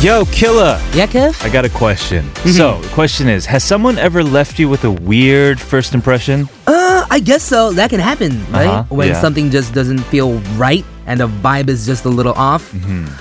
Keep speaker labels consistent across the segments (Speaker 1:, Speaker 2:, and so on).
Speaker 1: Yo, killer.
Speaker 2: Yakov?
Speaker 1: I got a question. So, the question is Has someone ever left you with a weird first impression?
Speaker 2: Uh, I guess so. That can happen, right?
Speaker 1: Uh-huh,
Speaker 2: When
Speaker 1: yeah.
Speaker 2: something just doesn't feel right and the vibe is just a little off.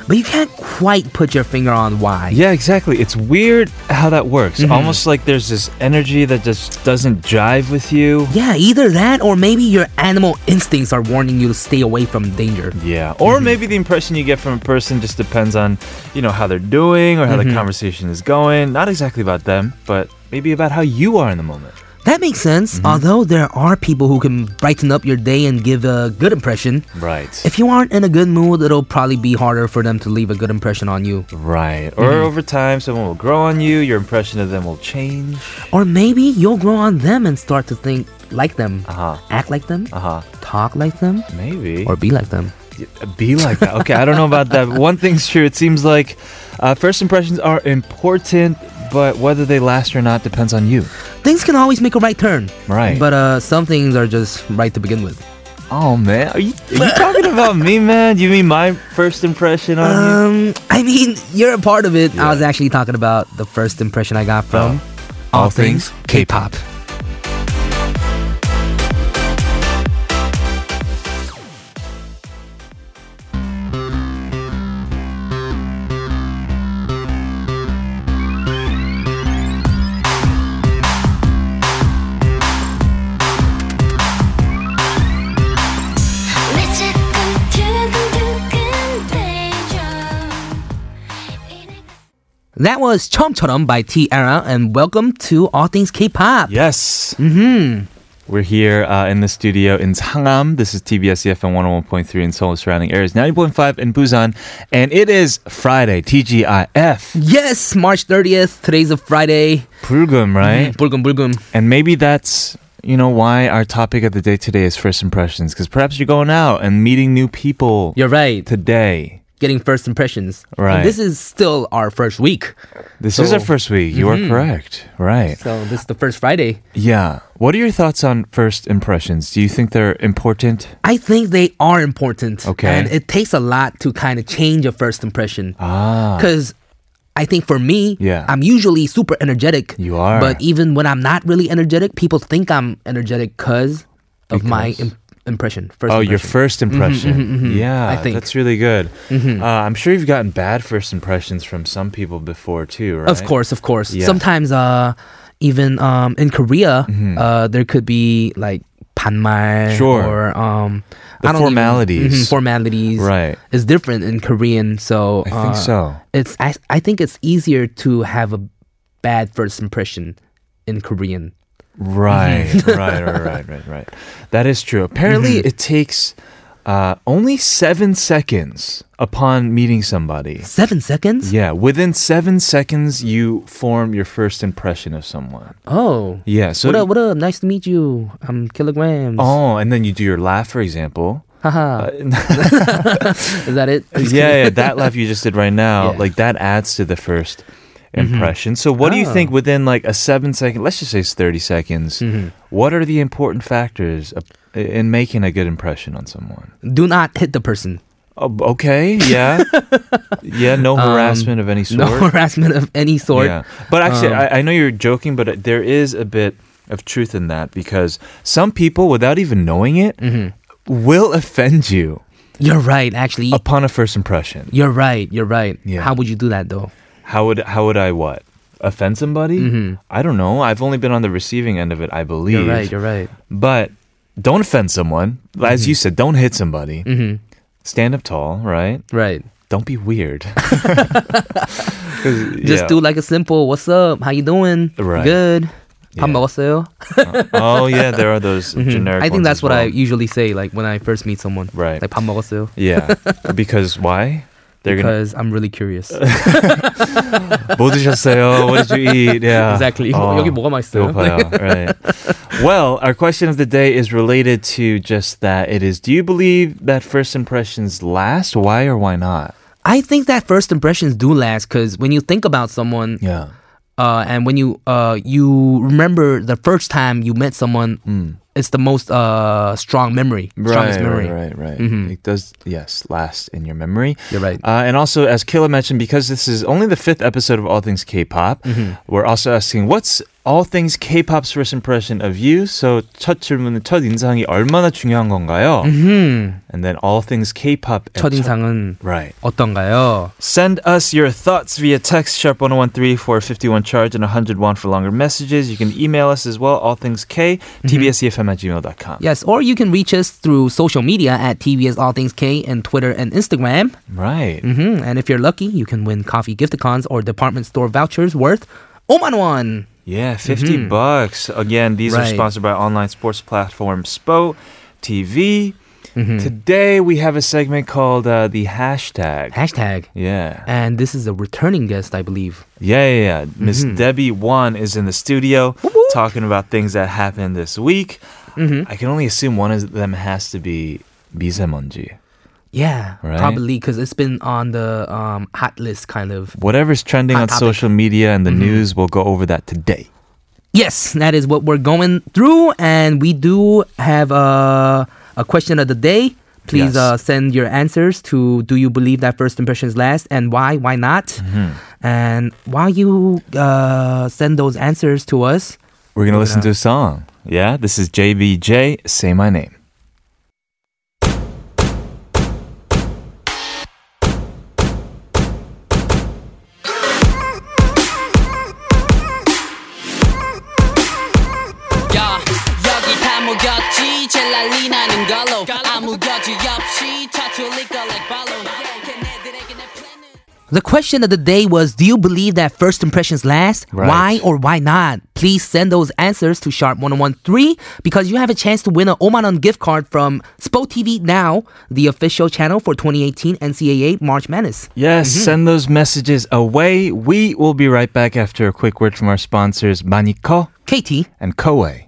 Speaker 2: But you can't quite put your finger on why.
Speaker 1: Mm-hmm. Yeah, exactly. It's weird how that works. Almost like there's this energy that just doesn't jive with you.
Speaker 2: Yeah, either that or maybe your animal instincts are warning you to stay away from danger.
Speaker 1: Yeah. Or maybe the impression you get from a person just depends on, you know, how they're doing or how the conversation is going. Not exactly about them, but maybe about how you are in the moment.
Speaker 2: That makes sense,
Speaker 1: Mm-hmm.
Speaker 2: although there are people who can brighten up your day and give a good impression.
Speaker 1: Right.
Speaker 2: If you aren't in a good mood, it'll probably be harder for them to leave a good impression on you.
Speaker 1: Right. Or over time, someone will grow on you, your impression of them will change.
Speaker 2: Or maybe you'll grow on them and start to think like them,
Speaker 1: Uh huh.
Speaker 2: act like them,
Speaker 1: Uh huh.
Speaker 2: talk like them,
Speaker 1: Maybe.
Speaker 2: or be like them.
Speaker 1: be like that. Okay, I don't know about that. One thing's true. It seems like uh, first impressions are important, but whether they last or not depends on you.
Speaker 2: Things can always make a right turn.
Speaker 1: Right.
Speaker 2: But uh, some things are just right to begin with.
Speaker 1: oh man, are you, are you talking about me, man? You mean my first impression on you?
Speaker 2: Um, I mean, you're a part of it. I was actually talking about the first impression I got from
Speaker 1: Uh, All Things K-Pop.
Speaker 3: 왜 자꾸 두근두근대죠 이래가
Speaker 2: That was 처음처럼 by T Era, and welcome to All Things K-pop.
Speaker 1: Yes. Mm-hmm. We're here uh, in the studio in Sangam. This is TBS EFM 101.3 in Seoul, surrounding areas 90.5 in Busan. And it is Friday, TGIF.
Speaker 2: Yes, March 30th. Today's a Friday.
Speaker 1: 불금, right?
Speaker 2: Bulgum bulgum.
Speaker 1: And maybe that's you know why our topic of the day today is first impressions because perhaps you're going out and meeting new people
Speaker 2: You're right.
Speaker 1: today.
Speaker 2: Getting first impressions. And
Speaker 1: Right.
Speaker 2: this is still our first week.
Speaker 1: This is our
Speaker 2: So- mm-hmm.
Speaker 1: first week. You are correct. Right.
Speaker 2: So this is the first Friday.
Speaker 1: Yeah. What are your thoughts on first impressions? Do you think they're important?
Speaker 2: I think they are important.
Speaker 1: Okay.
Speaker 2: And it takes a lot to kind of change a first impression.
Speaker 1: Ah.
Speaker 2: Because I think for me,
Speaker 1: Yeah.
Speaker 2: I'm usually super energetic.
Speaker 1: You are.
Speaker 2: But even when I'm not really energetic, people think I'm energetic cause of my
Speaker 1: Because.
Speaker 2: Im- impression. First
Speaker 1: Oh, your
Speaker 2: impression. Mm-hmm,
Speaker 1: first impression. Yeah,
Speaker 2: I think. Mm-hmm.
Speaker 1: that's really good. Uh, I'm sure you've gotten bad first impressions from some people before too, right?
Speaker 2: Of course, of course.
Speaker 1: Yeah.
Speaker 2: Sometimes, uh, even um, in Korea, uh, there could be like 반말
Speaker 1: Mm-hmm. Sure.
Speaker 2: or um,
Speaker 1: The
Speaker 2: I don't even-
Speaker 1: formalities.
Speaker 2: Mhm, formalities,
Speaker 1: Right.
Speaker 2: It's different in Korean, so
Speaker 1: I think
Speaker 2: uh,
Speaker 1: so.
Speaker 2: It's I, I think it's easier to have a bad first impression in Korean.
Speaker 1: Right, right, right, right, right, right. That is true. Apparently,
Speaker 2: Mm-hmm.
Speaker 1: it takes uh, only seven seconds upon meeting somebody.
Speaker 2: Seven seconds.
Speaker 1: Yeah, within seven seconds, you form your first impression of someone.
Speaker 2: Oh.
Speaker 1: Yeah, so.
Speaker 2: what up? What up? Nice to meet you. I'm kilograms.
Speaker 1: Oh, and then you do your laugh, for example.
Speaker 2: Haha. Is that it? Just
Speaker 1: yeah, yeah,
Speaker 2: kidding.
Speaker 1: that laugh you just did right now,
Speaker 2: Yeah. Mm-hmm.
Speaker 1: like that adds to the first impression. So, what do you
Speaker 2: Oh.
Speaker 1: think
Speaker 2: Mm-hmm.
Speaker 1: within like a seven second, let's just say it's 30 seconds, what are the important factors of, in making a good impression on someone?
Speaker 2: Do not hit the person.
Speaker 1: Oh, okay, yeah, yeah, no harassment of any sort.
Speaker 2: Um, No harassment of any sort.
Speaker 1: yeah, but actually,
Speaker 2: Um,
Speaker 1: I, I know you're joking, but uh, there is a bit of truth in that because some people, without even knowing it,
Speaker 2: Mm-hmm.
Speaker 1: will offend you
Speaker 2: You're right. Actually,
Speaker 1: upon a first impression.
Speaker 2: You're right. You're right.
Speaker 1: Yeah.
Speaker 2: How would you do that though?
Speaker 1: How would how would I what offend somebody? I don't know. I've only been on the receiving end of it, I believe.
Speaker 2: Mm-hmm. You're right. You're right. Mm-hmm.
Speaker 1: But don't offend someone, as you said. Don't hit somebody. Stand up tall, right?
Speaker 2: Right.
Speaker 1: Don't be weird. 'Cause, yeah.
Speaker 2: Just do like a simple "What's up? How you doing?
Speaker 1: Right.
Speaker 2: Good.
Speaker 1: Yeah.
Speaker 2: 밥 먹었어요?"
Speaker 1: oh yeah, there are those generic.
Speaker 2: Mm-hmm. I think
Speaker 1: ones
Speaker 2: that's
Speaker 1: as
Speaker 2: what I
Speaker 1: well.
Speaker 2: usually say, like when I first meet someone.
Speaker 1: Right.
Speaker 2: Like "밥 먹었어요?"
Speaker 1: Yeah, because why? They're
Speaker 2: Because I'm really curious.
Speaker 1: gonna. 뭐 드셨어요? What did you eat? Yeah, Oh,
Speaker 2: exactly.
Speaker 1: 어,
Speaker 2: 여기 뭐가 맛있어요?
Speaker 1: 배고파요. right. Well, our question of the day is related to just that. It is: Do you believe that first impressions last? Why or why not?
Speaker 2: I think that first impressions do last because when you think about someone,
Speaker 1: Yeah.
Speaker 2: uh, and when you uh, you remember the first time you met someone it's the most uh strong memory, strongest
Speaker 1: Mm.
Speaker 2: memory. Mm-hmm.
Speaker 1: Right, right, right. It does, yes, last in your memory.
Speaker 2: You're right.
Speaker 1: Uh, and also, as Killa mentioned, because this is only the fifth episode of All Things K-pop,
Speaker 2: Mm-hmm.
Speaker 1: we're also asking what's All Things K-pop's first impression of you? So 첫 질문은 첫 인상이 얼마나 중요한 건가요? And then All Things K-pop.
Speaker 2: Mm-hmm. 첫인상은
Speaker 1: Right.
Speaker 2: 어떤가요?
Speaker 1: Send us your thoughts via text sharp 1013 for a 51 charge and 101 for longer messages. You can email us as well, all things K,
Speaker 2: Mm-hmm.
Speaker 1: tbscfm E at gmail.com.
Speaker 2: Yes, or you can reach us through social media at TBS All Things K and Twitter and Instagram.
Speaker 1: Right.
Speaker 2: hmm And if you're lucky, you can win coffee gifticons or department store vouchers worth 5만 원.
Speaker 1: Yeah, 50 bucks. Again, these are
Speaker 2: Mm-hmm. Right.
Speaker 1: sponsored by online sports platform Spo TV.
Speaker 2: Mm-hmm.
Speaker 1: Today we have a segment called uh, the hashtag.
Speaker 2: Hashtag.
Speaker 1: Yeah.
Speaker 2: And this is a returning guest, I believe.
Speaker 1: Yeah, yeah, yeah. Miss
Speaker 2: Mm-hmm.
Speaker 1: Debbie One is in the studio talking about things that happened this week.
Speaker 2: Mm-hmm.
Speaker 1: I can only assume one of them has to be 미세먼지.
Speaker 2: Yeah,
Speaker 1: Right.
Speaker 2: probably because it's been on the um, hot list, kind of.
Speaker 1: Whatever's trending
Speaker 2: Hot
Speaker 1: on
Speaker 2: topic. Mm-hmm.
Speaker 1: social media and the news, we'll go over that today.
Speaker 2: Yes, that is what we're going through, and we do have a a question of the day. Please
Speaker 1: Yes.
Speaker 2: uh, send your answers to Do you believe that first impressions last, and why? Why not?
Speaker 1: Mm-hmm.
Speaker 2: And while you uh, send those answers to us,
Speaker 1: We're going to listen to a song. Yeah, this is JBJ, Say My Name.
Speaker 3: 야 여기 다 무겁지 제일 난리 나는 걸로 아무 거지 없이 터틀릴 걸 like 발로 걔네들에게 내 플랜은
Speaker 2: The question of the day was Do you believe that first impressions last?
Speaker 1: Right.
Speaker 2: Why or why not? Please send those answers to Sharp1013 because you have a chance to win an Omanon gift card from SPO TV Now, the official channel for 2018 NCAA March Madness.
Speaker 1: Yes, send those messages away. We will be right back after a quick word from our sponsors, Maniko
Speaker 2: KT,
Speaker 1: and Koei.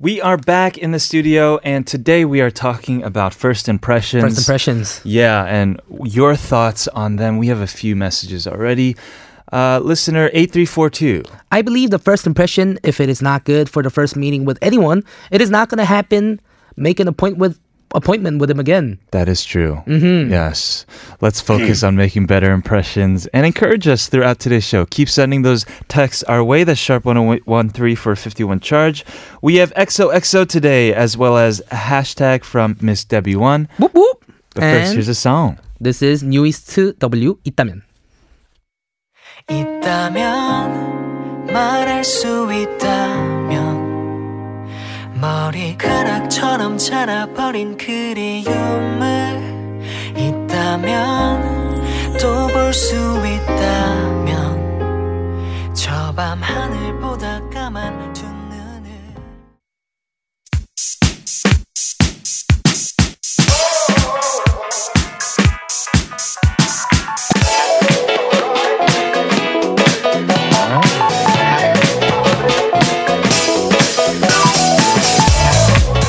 Speaker 1: We are back in the studio, and today we are talking about first impressions.
Speaker 2: first impressions.
Speaker 1: Yeah, and your thoughts on them. We have a few messages already. Uh, listener 8342.
Speaker 2: I believe the first impression, if it is not good for the first meeting with anyone, it is not going to happen. Make an appointment with, appointment with him again.
Speaker 1: That is true. Mm-hmm. Yes. Let's focus on making better impressions and encourage us throughout today's show. Keep sending those texts our way. That's sharp1013 for 51 charge. We have XOXO today, as well as a hashtag from Miss Debbie One.
Speaker 2: Whoop whoop.
Speaker 1: But first,
Speaker 2: And
Speaker 1: here's a song.
Speaker 2: this is New East W 있다면.
Speaker 4: 있다면 말할 수 있다면 머리카락처럼 자라버린 그리움을 있다면 또 볼 수 있다면 저 밤 하늘보다 까만 두 눈을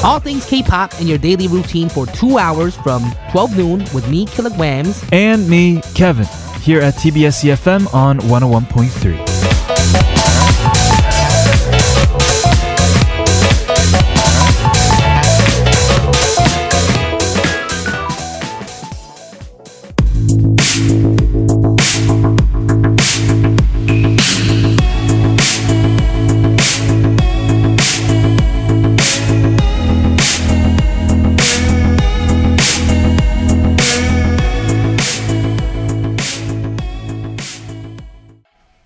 Speaker 2: All things K-pop in your daily routine for two hours from 12 noon with me, Kilograms.
Speaker 1: And me, Kevin, here at TBS EFM E on 101.3.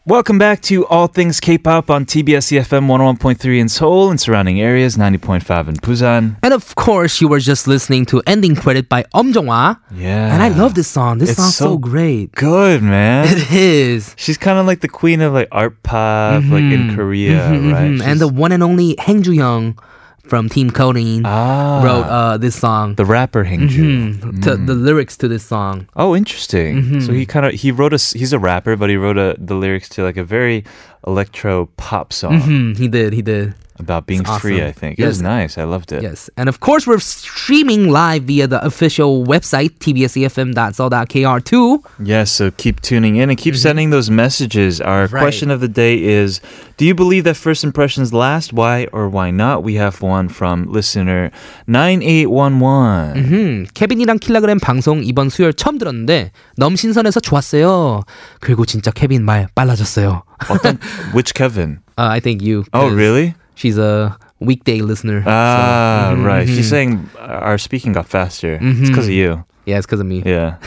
Speaker 1: Welcome back to All Things K-Pop on TBS EFM 101.3 in Seoul and surrounding areas, 90.5 in Busan.
Speaker 2: And of course, you were just listening to Ending Credit by Um Jong-hwa.
Speaker 1: Yeah.
Speaker 2: And I love this song. This
Speaker 1: It's
Speaker 2: song's so,
Speaker 1: so-
Speaker 2: great.
Speaker 1: Good, man.
Speaker 2: It is.
Speaker 1: She's kind of like the queen of like art pop, like
Speaker 2: Mm-hmm.
Speaker 1: in Korea, right?
Speaker 2: Mhm. And the
Speaker 1: She's-
Speaker 2: one and only Hang Joo-young from Team Coding
Speaker 1: ah,
Speaker 2: wrote uh, this song.
Speaker 1: the rapper Hengju.
Speaker 2: Mm, to,
Speaker 1: Hmm.
Speaker 2: the lyrics to this song.
Speaker 1: Oh, interesting.
Speaker 2: Mm-hmm.
Speaker 1: So he kind of he wrote a s- he's a rapper, but he wrote a, the lyrics to like a very electro pop song.
Speaker 2: Mm, Oh, he did, he did.
Speaker 1: about being
Speaker 2: Mm-hmm. It's
Speaker 1: free.
Speaker 2: awesome.
Speaker 1: I think it
Speaker 2: Yes.
Speaker 1: was nice. I loved it.
Speaker 2: Yes. And of course, we're streaming live via the official website, tbsefm.so.kr2.
Speaker 1: Yes, so keep tuning in and keep sending those messages. Our
Speaker 2: Mm-hmm. Right.
Speaker 1: question of the day is Do you believe that first impressions last? Why or why not? We have one from listener 9811.
Speaker 2: 음, 케빈이랑 킬라그램 방송 이번 수요일 처음 들었는데 너무 신선해서 좋았어요. 그리고 진짜 케빈 말 빨라졌어요.
Speaker 1: 어떤, which Kevin?
Speaker 2: Uh, I think you.
Speaker 1: Oh,
Speaker 2: 'cause
Speaker 1: really?
Speaker 2: She's a weekday listener. Mm-hmm.
Speaker 1: Ah, right. She's saying our speaking got faster. It's because of you.
Speaker 2: yeah, it's because of me.
Speaker 1: Yeah.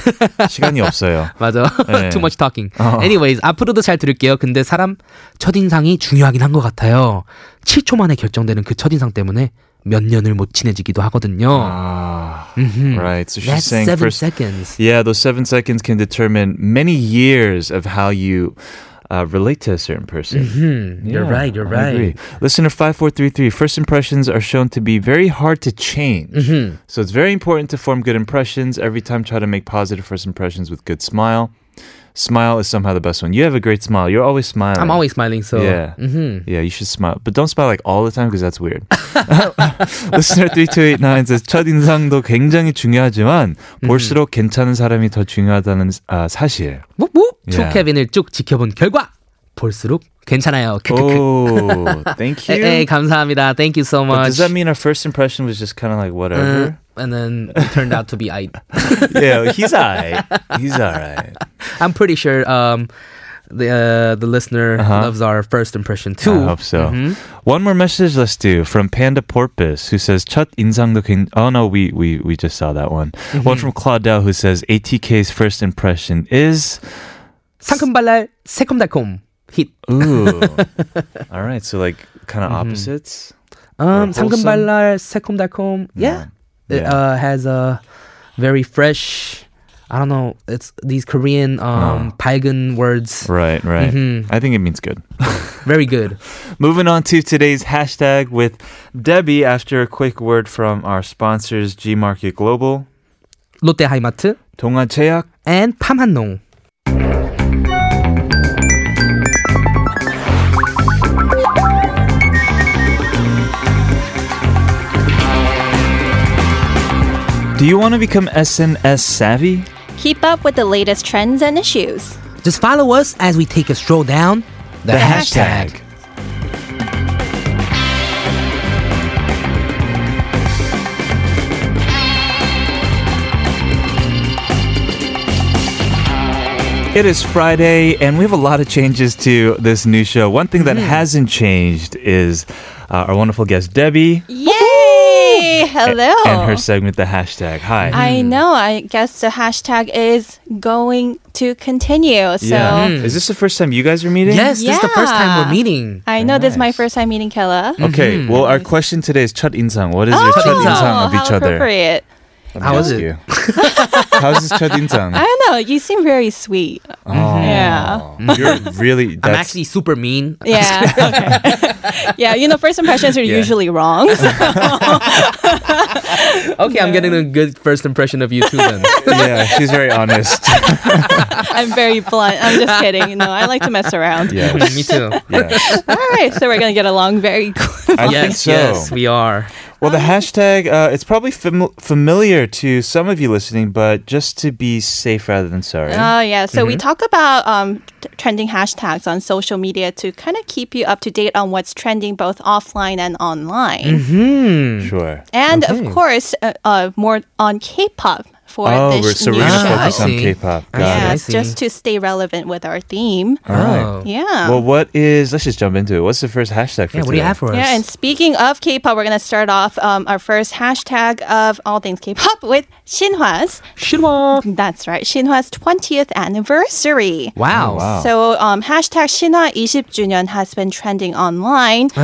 Speaker 1: 시간이 없어요.
Speaker 2: 맞아.
Speaker 1: 네.
Speaker 2: Too much talking.
Speaker 1: 어.
Speaker 2: Anyways, 앞으로도 잘 들을게요. 근데 사람 첫인상이 중요하긴 한 것 같아요. 7초 만에 결정되는 그 첫인상 때문에 몇 년을 못 친해지기도 하거든요.
Speaker 1: Ah, right. So she's
Speaker 2: Mm-hmm. That's
Speaker 1: saying
Speaker 2: seven
Speaker 1: first.
Speaker 2: seconds.
Speaker 1: Yeah, those seven seconds can determine many years of how you uh, relate to a certain person.
Speaker 2: Mm-hmm. You're
Speaker 1: Yeah,
Speaker 2: right, you're
Speaker 1: I agree. Listener 5433, first impressions are shown to be very hard to change.
Speaker 2: Mm-hmm.
Speaker 1: So it's very important to form good impressions. Every time try to make positive first impressions with good smile. Smile is somehow the best one. You have a great smile. You're always smiling.
Speaker 2: I'm always smiling, so Mm-hmm.
Speaker 1: Yeah. Yeah, you should smile. But don't smile like all the time because that's weird. Listener 3289 says 첫인상도 굉장히 중요하지만 볼수록 괜찮은 사람이 더 중요하다는 아, 사실.
Speaker 2: 뭐, 뭐? 투
Speaker 1: Yeah.
Speaker 2: 케빈을 쭉 지켜본 결과 볼수록 괜찮아요. 크크크.
Speaker 1: Oh, thank you.
Speaker 2: 에이, 감사합니다. Thank you so
Speaker 1: But
Speaker 2: much.
Speaker 1: does that mean our first impression was just kind of like
Speaker 2: Uh,
Speaker 1: whatever?
Speaker 2: and then it turned out to be I.
Speaker 1: yeah, he's alright. He's alright.
Speaker 2: I'm pretty sure um, the uh, the listener loves our first impression too.
Speaker 1: Uh-huh. I hope so. One more message let's do from Panda Porpoise who says 첫 인상도 굉- Oh no, we we we just saw that one.
Speaker 2: Mm-hmm.
Speaker 1: One from Claudel who says ATK's first impression is
Speaker 2: 상큼발랄 새콤달콤 힛.
Speaker 1: ooh. All right, so like kind of opposites.
Speaker 2: Um,
Speaker 1: Or wholesome?
Speaker 2: 상큼발랄 새콤달콤. Yeah. It
Speaker 1: Yeah.
Speaker 2: uh, has a very fresh. I don't know. It's these Korean um, 밝은 words.
Speaker 1: Right, Oh. right.
Speaker 2: mm-hmm.
Speaker 1: I think it means good.
Speaker 2: Very good.
Speaker 1: Moving on to today's hashtag with Debbie after a quick word from our sponsors G Market Global,
Speaker 2: 롯데 하이마트
Speaker 1: 동아 제약
Speaker 2: and 팜한농.
Speaker 1: Do you want to become SNS savvy?
Speaker 5: Keep up with the latest trends and issues.
Speaker 2: Just follow us as we take a stroll down the, hashtag.
Speaker 1: It is Friday, and we have a lot of changes to this new show. One thing
Speaker 2: Mm-hmm.
Speaker 1: that hasn't changed is uh, our wonderful guest, Debbie,
Speaker 5: Yay! Hello.
Speaker 1: and her Hmm. segment, The Hashtag. Hi.
Speaker 5: I know. I guess the hashtag is going to continue. So
Speaker 1: yeah. Hmm. Is this the first time you guys are meeting?
Speaker 2: Yes, this is the first time we're
Speaker 5: Yeah.
Speaker 2: meeting.
Speaker 5: I know this is my
Speaker 1: nice.
Speaker 5: first time meeting Kella.
Speaker 1: Okay, well, our question today is 첫 insang. What is
Speaker 5: Oh!
Speaker 1: your 첫 insang of
Speaker 5: how
Speaker 1: each other?
Speaker 5: appropriate.
Speaker 1: Let me
Speaker 2: How was
Speaker 1: ask
Speaker 2: it?
Speaker 1: you. How's this 첫
Speaker 5: I
Speaker 1: insang?
Speaker 5: don't know. You seem very sweet. Yeah.
Speaker 1: You're really.
Speaker 2: I'm
Speaker 1: that's-
Speaker 2: actually super mean.
Speaker 5: Yeah. yeah. You know, first impressions are
Speaker 1: Yeah.
Speaker 5: usually wrong. so-
Speaker 2: Okay, I'm getting a good first impression of you too then.
Speaker 1: Yeah, she's very honest.
Speaker 5: I'm very blunt. I'm just kidding. No, I like to mess around.
Speaker 1: Yes.
Speaker 2: Me too.
Speaker 1: Yes.
Speaker 5: All right. So we're going to get along very quick.
Speaker 1: I think
Speaker 2: yes,
Speaker 1: so.
Speaker 2: yes, we are.
Speaker 1: Well, the hashtag, uh, it's probably fam- familiar to some of you listening, but just to be safe rather than sorry.
Speaker 5: Oh, yeah. So
Speaker 1: Mm-hmm.
Speaker 5: we talk about um, t- trending hashtags on social media to kind of keep you up to date on what's trending both offline and online.
Speaker 1: Mm, sure.
Speaker 5: And of course, uh, uh, more on K pop for
Speaker 1: Oh, we're,
Speaker 5: this
Speaker 1: so we're going to
Speaker 2: Yeah,
Speaker 5: new show.
Speaker 1: focus
Speaker 2: I
Speaker 1: on
Speaker 2: see.
Speaker 1: K pop.
Speaker 2: I
Speaker 1: Got
Speaker 2: see.
Speaker 1: it.
Speaker 5: Yeah,
Speaker 2: I
Speaker 5: just to stay relevant with our theme.
Speaker 1: All right.
Speaker 2: Oh.
Speaker 5: Yeah.
Speaker 1: Well, what is, let's just jump into it. What's the first hashtag for
Speaker 2: Yeah, what do you
Speaker 1: today?
Speaker 2: have for us?
Speaker 5: yeah, and speaking of K-pop, we're gonna start off um, our first hashtag of all things K-pop with Shinhwa's.
Speaker 2: Shinhwa.
Speaker 5: That's right, Shinhwa's 20th anniversary.
Speaker 2: Wow.
Speaker 1: Wow.
Speaker 5: So um, hashtag Shinha 20주년 has been trending online.
Speaker 2: Ah.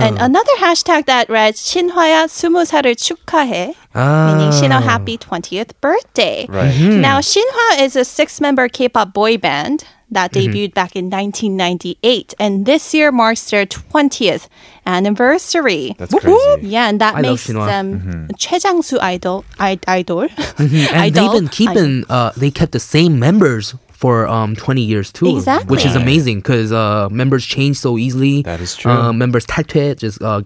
Speaker 2: Oh.
Speaker 5: And uh, another hashtag that reads 신화야 20살을 축하해,
Speaker 2: Ah. Oh.
Speaker 5: meaning Shinha happy 20th birthday.
Speaker 1: Right.
Speaker 2: Mm-hmm.
Speaker 5: Now
Speaker 2: Hmm.
Speaker 5: Shinhwa is a six-member K-pop boy band
Speaker 2: Mm-hmm.
Speaker 5: that debuted back in 1998 and this year marks their 20th anniversary.
Speaker 1: That's crazy.
Speaker 5: yeah, and that
Speaker 2: I love
Speaker 5: makes
Speaker 2: Shinhwa.
Speaker 5: them 최장수 idol, I, idol.
Speaker 2: Mm-hmm. And they've
Speaker 5: idol.
Speaker 2: been keeping uh they kept the same members for um 20 years too,
Speaker 5: Exactly.
Speaker 2: which is
Speaker 1: Right.
Speaker 2: amazing because uh, members change so easily.
Speaker 1: That is true.
Speaker 2: Uh, members tattoo just uh,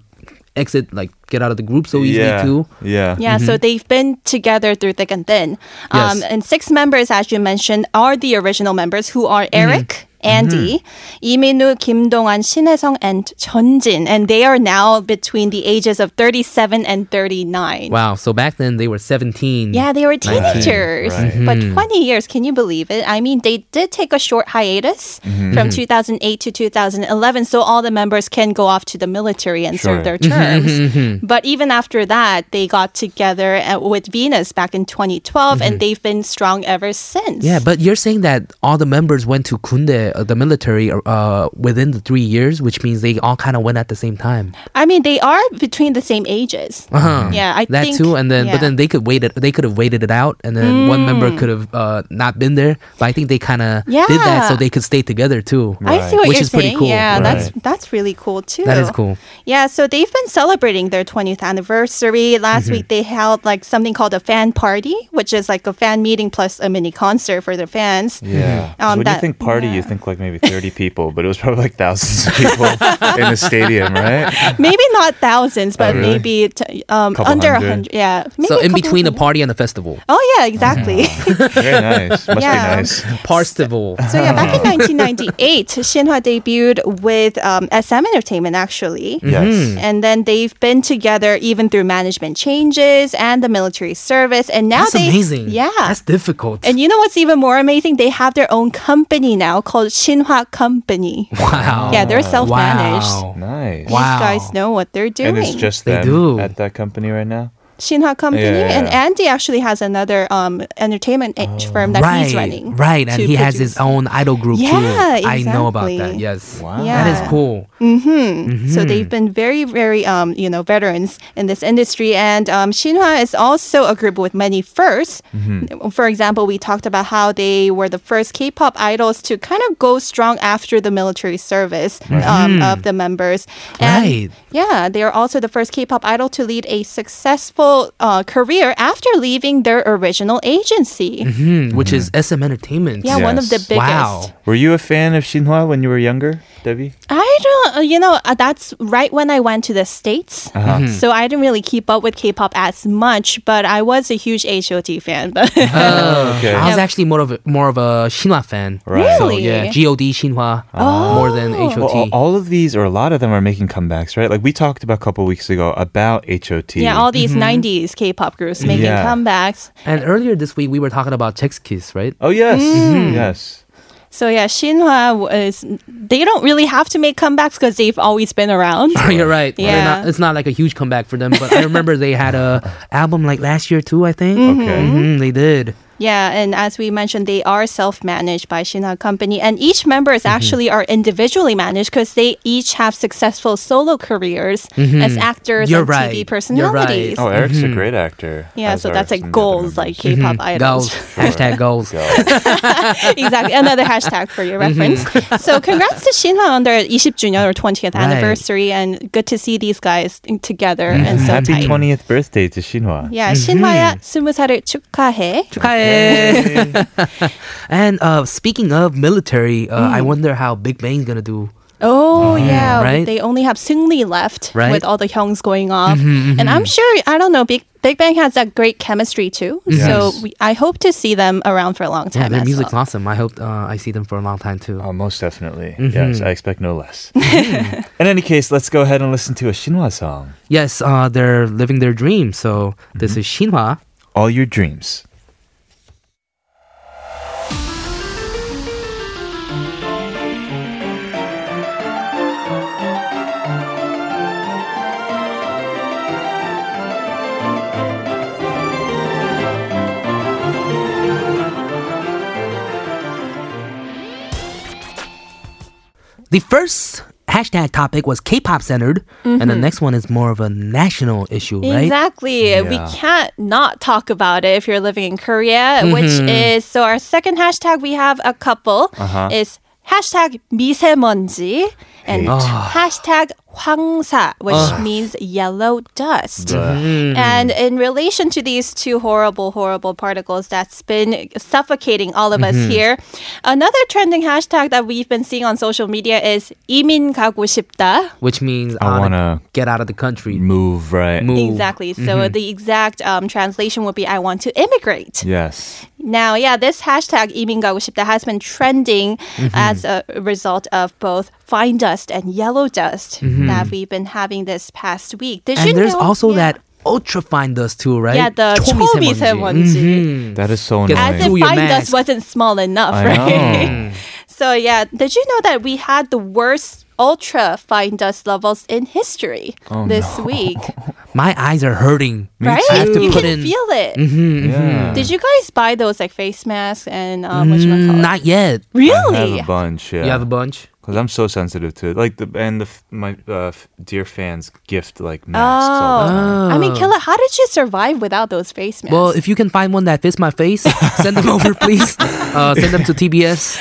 Speaker 2: exit like get out of the group so easily
Speaker 1: yeah.
Speaker 2: too.
Speaker 1: Yeah.
Speaker 5: Yeah, so they've been together through thick and thin. Um,
Speaker 2: Yes.
Speaker 5: And six members, as you mentioned, are the original members who are Eric, Andy, 이민우, 김동완, 신혜성, and Chunjin. And they are now between the ages of 37 and 39.
Speaker 2: Wow. So back then they were 17.
Speaker 5: Yeah, they were teenagers.
Speaker 1: right.
Speaker 5: But
Speaker 2: Mm-hmm.
Speaker 5: 20 years, can you believe it? I mean, they did take a short hiatus
Speaker 2: Mm-hmm.
Speaker 5: from 2008 to 2011, so all the members can go off to the military and
Speaker 1: Sure.
Speaker 5: serve
Speaker 2: Mm-hmm.
Speaker 5: their terms. But even after that, they got together at, with Venus back in 2012, and they've been strong ever since.
Speaker 2: Mm-hmm. Yeah, but you're saying that all the members went to Kunde, uh, the military, uh, within the three years, which means they all kind of went at the same time.
Speaker 5: I mean, they are between the same ages.
Speaker 2: Uh-huh.
Speaker 5: Yeah, I
Speaker 2: that
Speaker 5: think
Speaker 2: too, and then but
Speaker 5: yeah. Mm.
Speaker 2: then they could wait. It, they could have waited it out, and then one member could have uh, not been there. But I think they kind of did that
Speaker 5: Yeah.
Speaker 2: so they could stay together too.
Speaker 5: I see what
Speaker 2: Which
Speaker 5: you're
Speaker 2: is pretty
Speaker 5: saying.
Speaker 2: cool.
Speaker 5: Yeah, that's
Speaker 1: Right.
Speaker 5: that's really cool too.
Speaker 2: That is cool.
Speaker 5: Yeah, so they've been celebrating their 20th anniversary.
Speaker 2: Mm-hmm.
Speaker 5: Last week they held like something called a fan party, which is like a fan meeting plus a mini concert for the fans.
Speaker 1: Yeah. 'Cause when
Speaker 5: Um,
Speaker 1: you
Speaker 5: that-
Speaker 1: think party, you think like maybe 30 people, but it was probably like thousands of people in a stadium, right?
Speaker 5: Maybe not thousands,
Speaker 2: Oh,
Speaker 5: but
Speaker 1: really?
Speaker 5: maybe t- um,
Speaker 1: Couple
Speaker 5: under a
Speaker 1: hundred.
Speaker 5: hundred. Yeah, maybe
Speaker 2: so
Speaker 5: a
Speaker 2: in
Speaker 5: couple
Speaker 2: between a
Speaker 5: hundred.
Speaker 2: party and a festival,
Speaker 5: Oh yeah, exactly.
Speaker 1: Very nice. Must be
Speaker 5: Yeah.
Speaker 1: nice.
Speaker 2: parstival.
Speaker 5: So yeah, back in 1998, Shinhwa debuted with um, SM Entertainment actually.
Speaker 2: Mm-hmm.
Speaker 1: Yes.
Speaker 5: And then they've been together even through management changes and the military service. And now
Speaker 2: that's
Speaker 5: they,
Speaker 2: amazing.
Speaker 5: Yeah.
Speaker 2: that's difficult.
Speaker 5: and you know what's even more amazing? They have their own company now called Shinhwa Company.
Speaker 2: wow.
Speaker 5: Yeah, they're self-managed.
Speaker 2: Wow.
Speaker 1: Nice.
Speaker 2: Wow.
Speaker 5: These guys know what they're doing.
Speaker 1: And it's just
Speaker 2: They
Speaker 1: them
Speaker 2: do.
Speaker 1: at that company right now?
Speaker 5: Shinhwa Company.
Speaker 1: Yeah, yeah,
Speaker 5: And
Speaker 1: yeah.
Speaker 5: Andy actually has another um, entertainment eh, firm that
Speaker 2: right,
Speaker 5: he's running.
Speaker 2: right, and
Speaker 5: to
Speaker 2: he has
Speaker 5: produce.
Speaker 2: his own idol group too.
Speaker 5: Yeah,
Speaker 2: I know about that.
Speaker 5: exactly.
Speaker 2: Yes,
Speaker 1: Wow.
Speaker 5: Yeah.
Speaker 2: that is cool.
Speaker 5: So they've
Speaker 2: Hmm.
Speaker 5: been very, very, um, you know, veterans in this industry. And um, Shinhwa is also a group with many firsts.
Speaker 2: Mm-hmm.
Speaker 5: For example, we talked about how they were the first K-pop idols to kind of go strong after the military service um, of the members. And
Speaker 2: Hmm. Right.
Speaker 5: Yeah, they are also the first K-pop idol to lead a successful uh, career after leaving their original agency.
Speaker 2: Hmm, Which is
Speaker 1: Mm-hmm.
Speaker 2: SM Entertainment.
Speaker 5: Yeah, one of the
Speaker 1: Yes.
Speaker 5: biggest.
Speaker 2: Wow.
Speaker 1: Were you a fan of Xinhua when you were younger, Debbie?
Speaker 5: I don't, uh, you know, uh, that's right when I went to the States.
Speaker 1: Uh-huh.
Speaker 2: Mm-hmm.
Speaker 5: So I didn't really keep up with K pop as much, but I was a huge HOT fan. But
Speaker 1: Uh-huh. okay.
Speaker 2: Uh, I was actually more of a, more of a Shinhwa fan.
Speaker 1: Right. Ah.
Speaker 2: So
Speaker 5: Really? Oh.
Speaker 2: yeah, God Shinhwa more than HOT.
Speaker 1: Well, all- all of these, or a lot of them, are making comebacks, right? Like we talked about a couple weeks ago about HOT.
Speaker 5: yeah, all these
Speaker 2: Mm-hmm.
Speaker 5: 90s K pop groups making
Speaker 1: Yeah.
Speaker 5: comebacks.
Speaker 2: and earlier this week we were talking about Text Kiss, right?
Speaker 1: oh yes,
Speaker 5: Mm-hmm.
Speaker 1: yes,
Speaker 5: So yeah, Shinhwa was, they don't really have to make comebacks because they've always been around.
Speaker 2: You're right. They're
Speaker 5: Yeah.
Speaker 2: not- it's not like a huge comeback for them, but I remember they had a album like last year too. I think.
Speaker 5: Mm-hmm.
Speaker 1: okay.
Speaker 2: Mhm, they did.
Speaker 5: Yeah, and as we mentioned, they are self-managed by Shinha Company, and each member is
Speaker 1: Mm-hmm.
Speaker 5: actually are individually managed because they each have successful solo careers as actors
Speaker 2: You're
Speaker 5: and
Speaker 2: right. You're right.
Speaker 5: TV personalities.
Speaker 1: Mm-hmm. Oh, Eric's a great actor.
Speaker 5: Mm-hmm. Yeah,
Speaker 1: as
Speaker 5: so
Speaker 1: are
Speaker 5: that's
Speaker 1: some
Speaker 5: like
Speaker 1: of the other
Speaker 5: goals, like
Speaker 1: members.
Speaker 5: K-pop
Speaker 2: Mm-hmm. Goals.
Speaker 5: idols.
Speaker 2: Hashtag goals.
Speaker 5: exactly, another hashtag for your
Speaker 2: Mm-hmm.
Speaker 5: reference. so congrats to Shinha on their 20주년 or 20th
Speaker 2: Right.
Speaker 5: anniversary, and good to see these guys together and
Speaker 2: Mm-hmm.
Speaker 5: so
Speaker 1: Happy
Speaker 5: tight.
Speaker 1: 20th birthday to Xinhua.
Speaker 5: yeah, 신화야 20살을 축하해.
Speaker 2: Hi. and uh, speaking of military, uh,
Speaker 5: Mm.
Speaker 2: I wonder how Big Bang's gonna do.
Speaker 5: Oh yeah,
Speaker 2: Mm-hmm. Right?
Speaker 5: they only have Seungri left
Speaker 2: Right?
Speaker 5: with all the hyungs going off,
Speaker 2: Mm-hmm,
Speaker 5: and I'm sure I don't know. Big Big Bang has that great chemistry too, so
Speaker 1: Yes.
Speaker 5: we, I hope to see them around for a long
Speaker 2: Yeah,
Speaker 5: time.
Speaker 2: their
Speaker 5: as
Speaker 2: music's
Speaker 5: well.
Speaker 2: awesome. I hope uh, I see them for a long time too.
Speaker 1: Oh, most definitely.
Speaker 5: Mm-hmm.
Speaker 1: Yes, I expect no less. Mm-hmm. In any case, let's go ahead and listen to a Xinhua song.
Speaker 2: Yes, uh, they're living their dream. So
Speaker 5: Mm-hmm.
Speaker 2: this is Shinhwa.
Speaker 1: All your dreams.
Speaker 2: The first hashtag topic was K-pop centered, and
Speaker 5: Mm-hmm.
Speaker 2: the next one is more of a national issue, right?
Speaker 5: Exactly. We
Speaker 1: Yeah.
Speaker 5: can't not talk about it if you're living in Korea, which is so our second hashtag we have a couple is hashtag 미세먼지 and hashtag 황사, which means yellow dust. And in relation to these two horrible, horrible particles that's been suffocating all of us here, another trending hashtag that we've been seeing on social media is 이민 가고 싶다.
Speaker 2: which means
Speaker 1: I
Speaker 2: I
Speaker 1: wanna-
Speaker 2: wanna get out of the country.
Speaker 1: Move, right?
Speaker 2: Move.
Speaker 5: Exactly. So
Speaker 2: Mm-hmm.
Speaker 5: the exact um, translation would be I want to immigrate.
Speaker 1: Yes.
Speaker 5: Now, yeah, this hashtag 이민 가고 싶다 has been trending
Speaker 2: Mm-hmm.
Speaker 5: as a result of both fine dust and yellow dust that we've been having this past week. Did
Speaker 2: Mm-hmm. And
Speaker 5: you
Speaker 2: there's
Speaker 5: know-
Speaker 2: also
Speaker 5: yeah.
Speaker 2: that ultra fine dust too, right? Mm-hmm.
Speaker 5: yeah, the
Speaker 2: 초미세먼지.
Speaker 5: 초미세먼지.
Speaker 1: That is so
Speaker 2: Get
Speaker 1: annoying.
Speaker 5: As if
Speaker 2: Through your
Speaker 5: fine
Speaker 2: mask.
Speaker 5: dust wasn't small enough,
Speaker 1: I
Speaker 5: right?
Speaker 1: know.
Speaker 5: so yeah, did you know that we had the worst ultra fine dust levels in history
Speaker 2: Oh,
Speaker 5: this week?
Speaker 2: My eyes are hurting.
Speaker 5: right?
Speaker 2: I have to
Speaker 5: you
Speaker 2: put in.
Speaker 5: can feel it.
Speaker 1: yeah.
Speaker 5: Did you guys buy those like face masks and um, what you
Speaker 2: Mm, Not yet.
Speaker 5: Really?
Speaker 1: I have a bunch, yeah.
Speaker 2: You have a bunch.
Speaker 1: Cause I'm so sensitive to it. Like the and the f- my uh, f- dear fans gift like masks. All the time.
Speaker 5: I mean, Killa, how did you survive without those face masks?
Speaker 2: Well, if you can find one that fits my face, send them over, please. Uh, send them to TBS.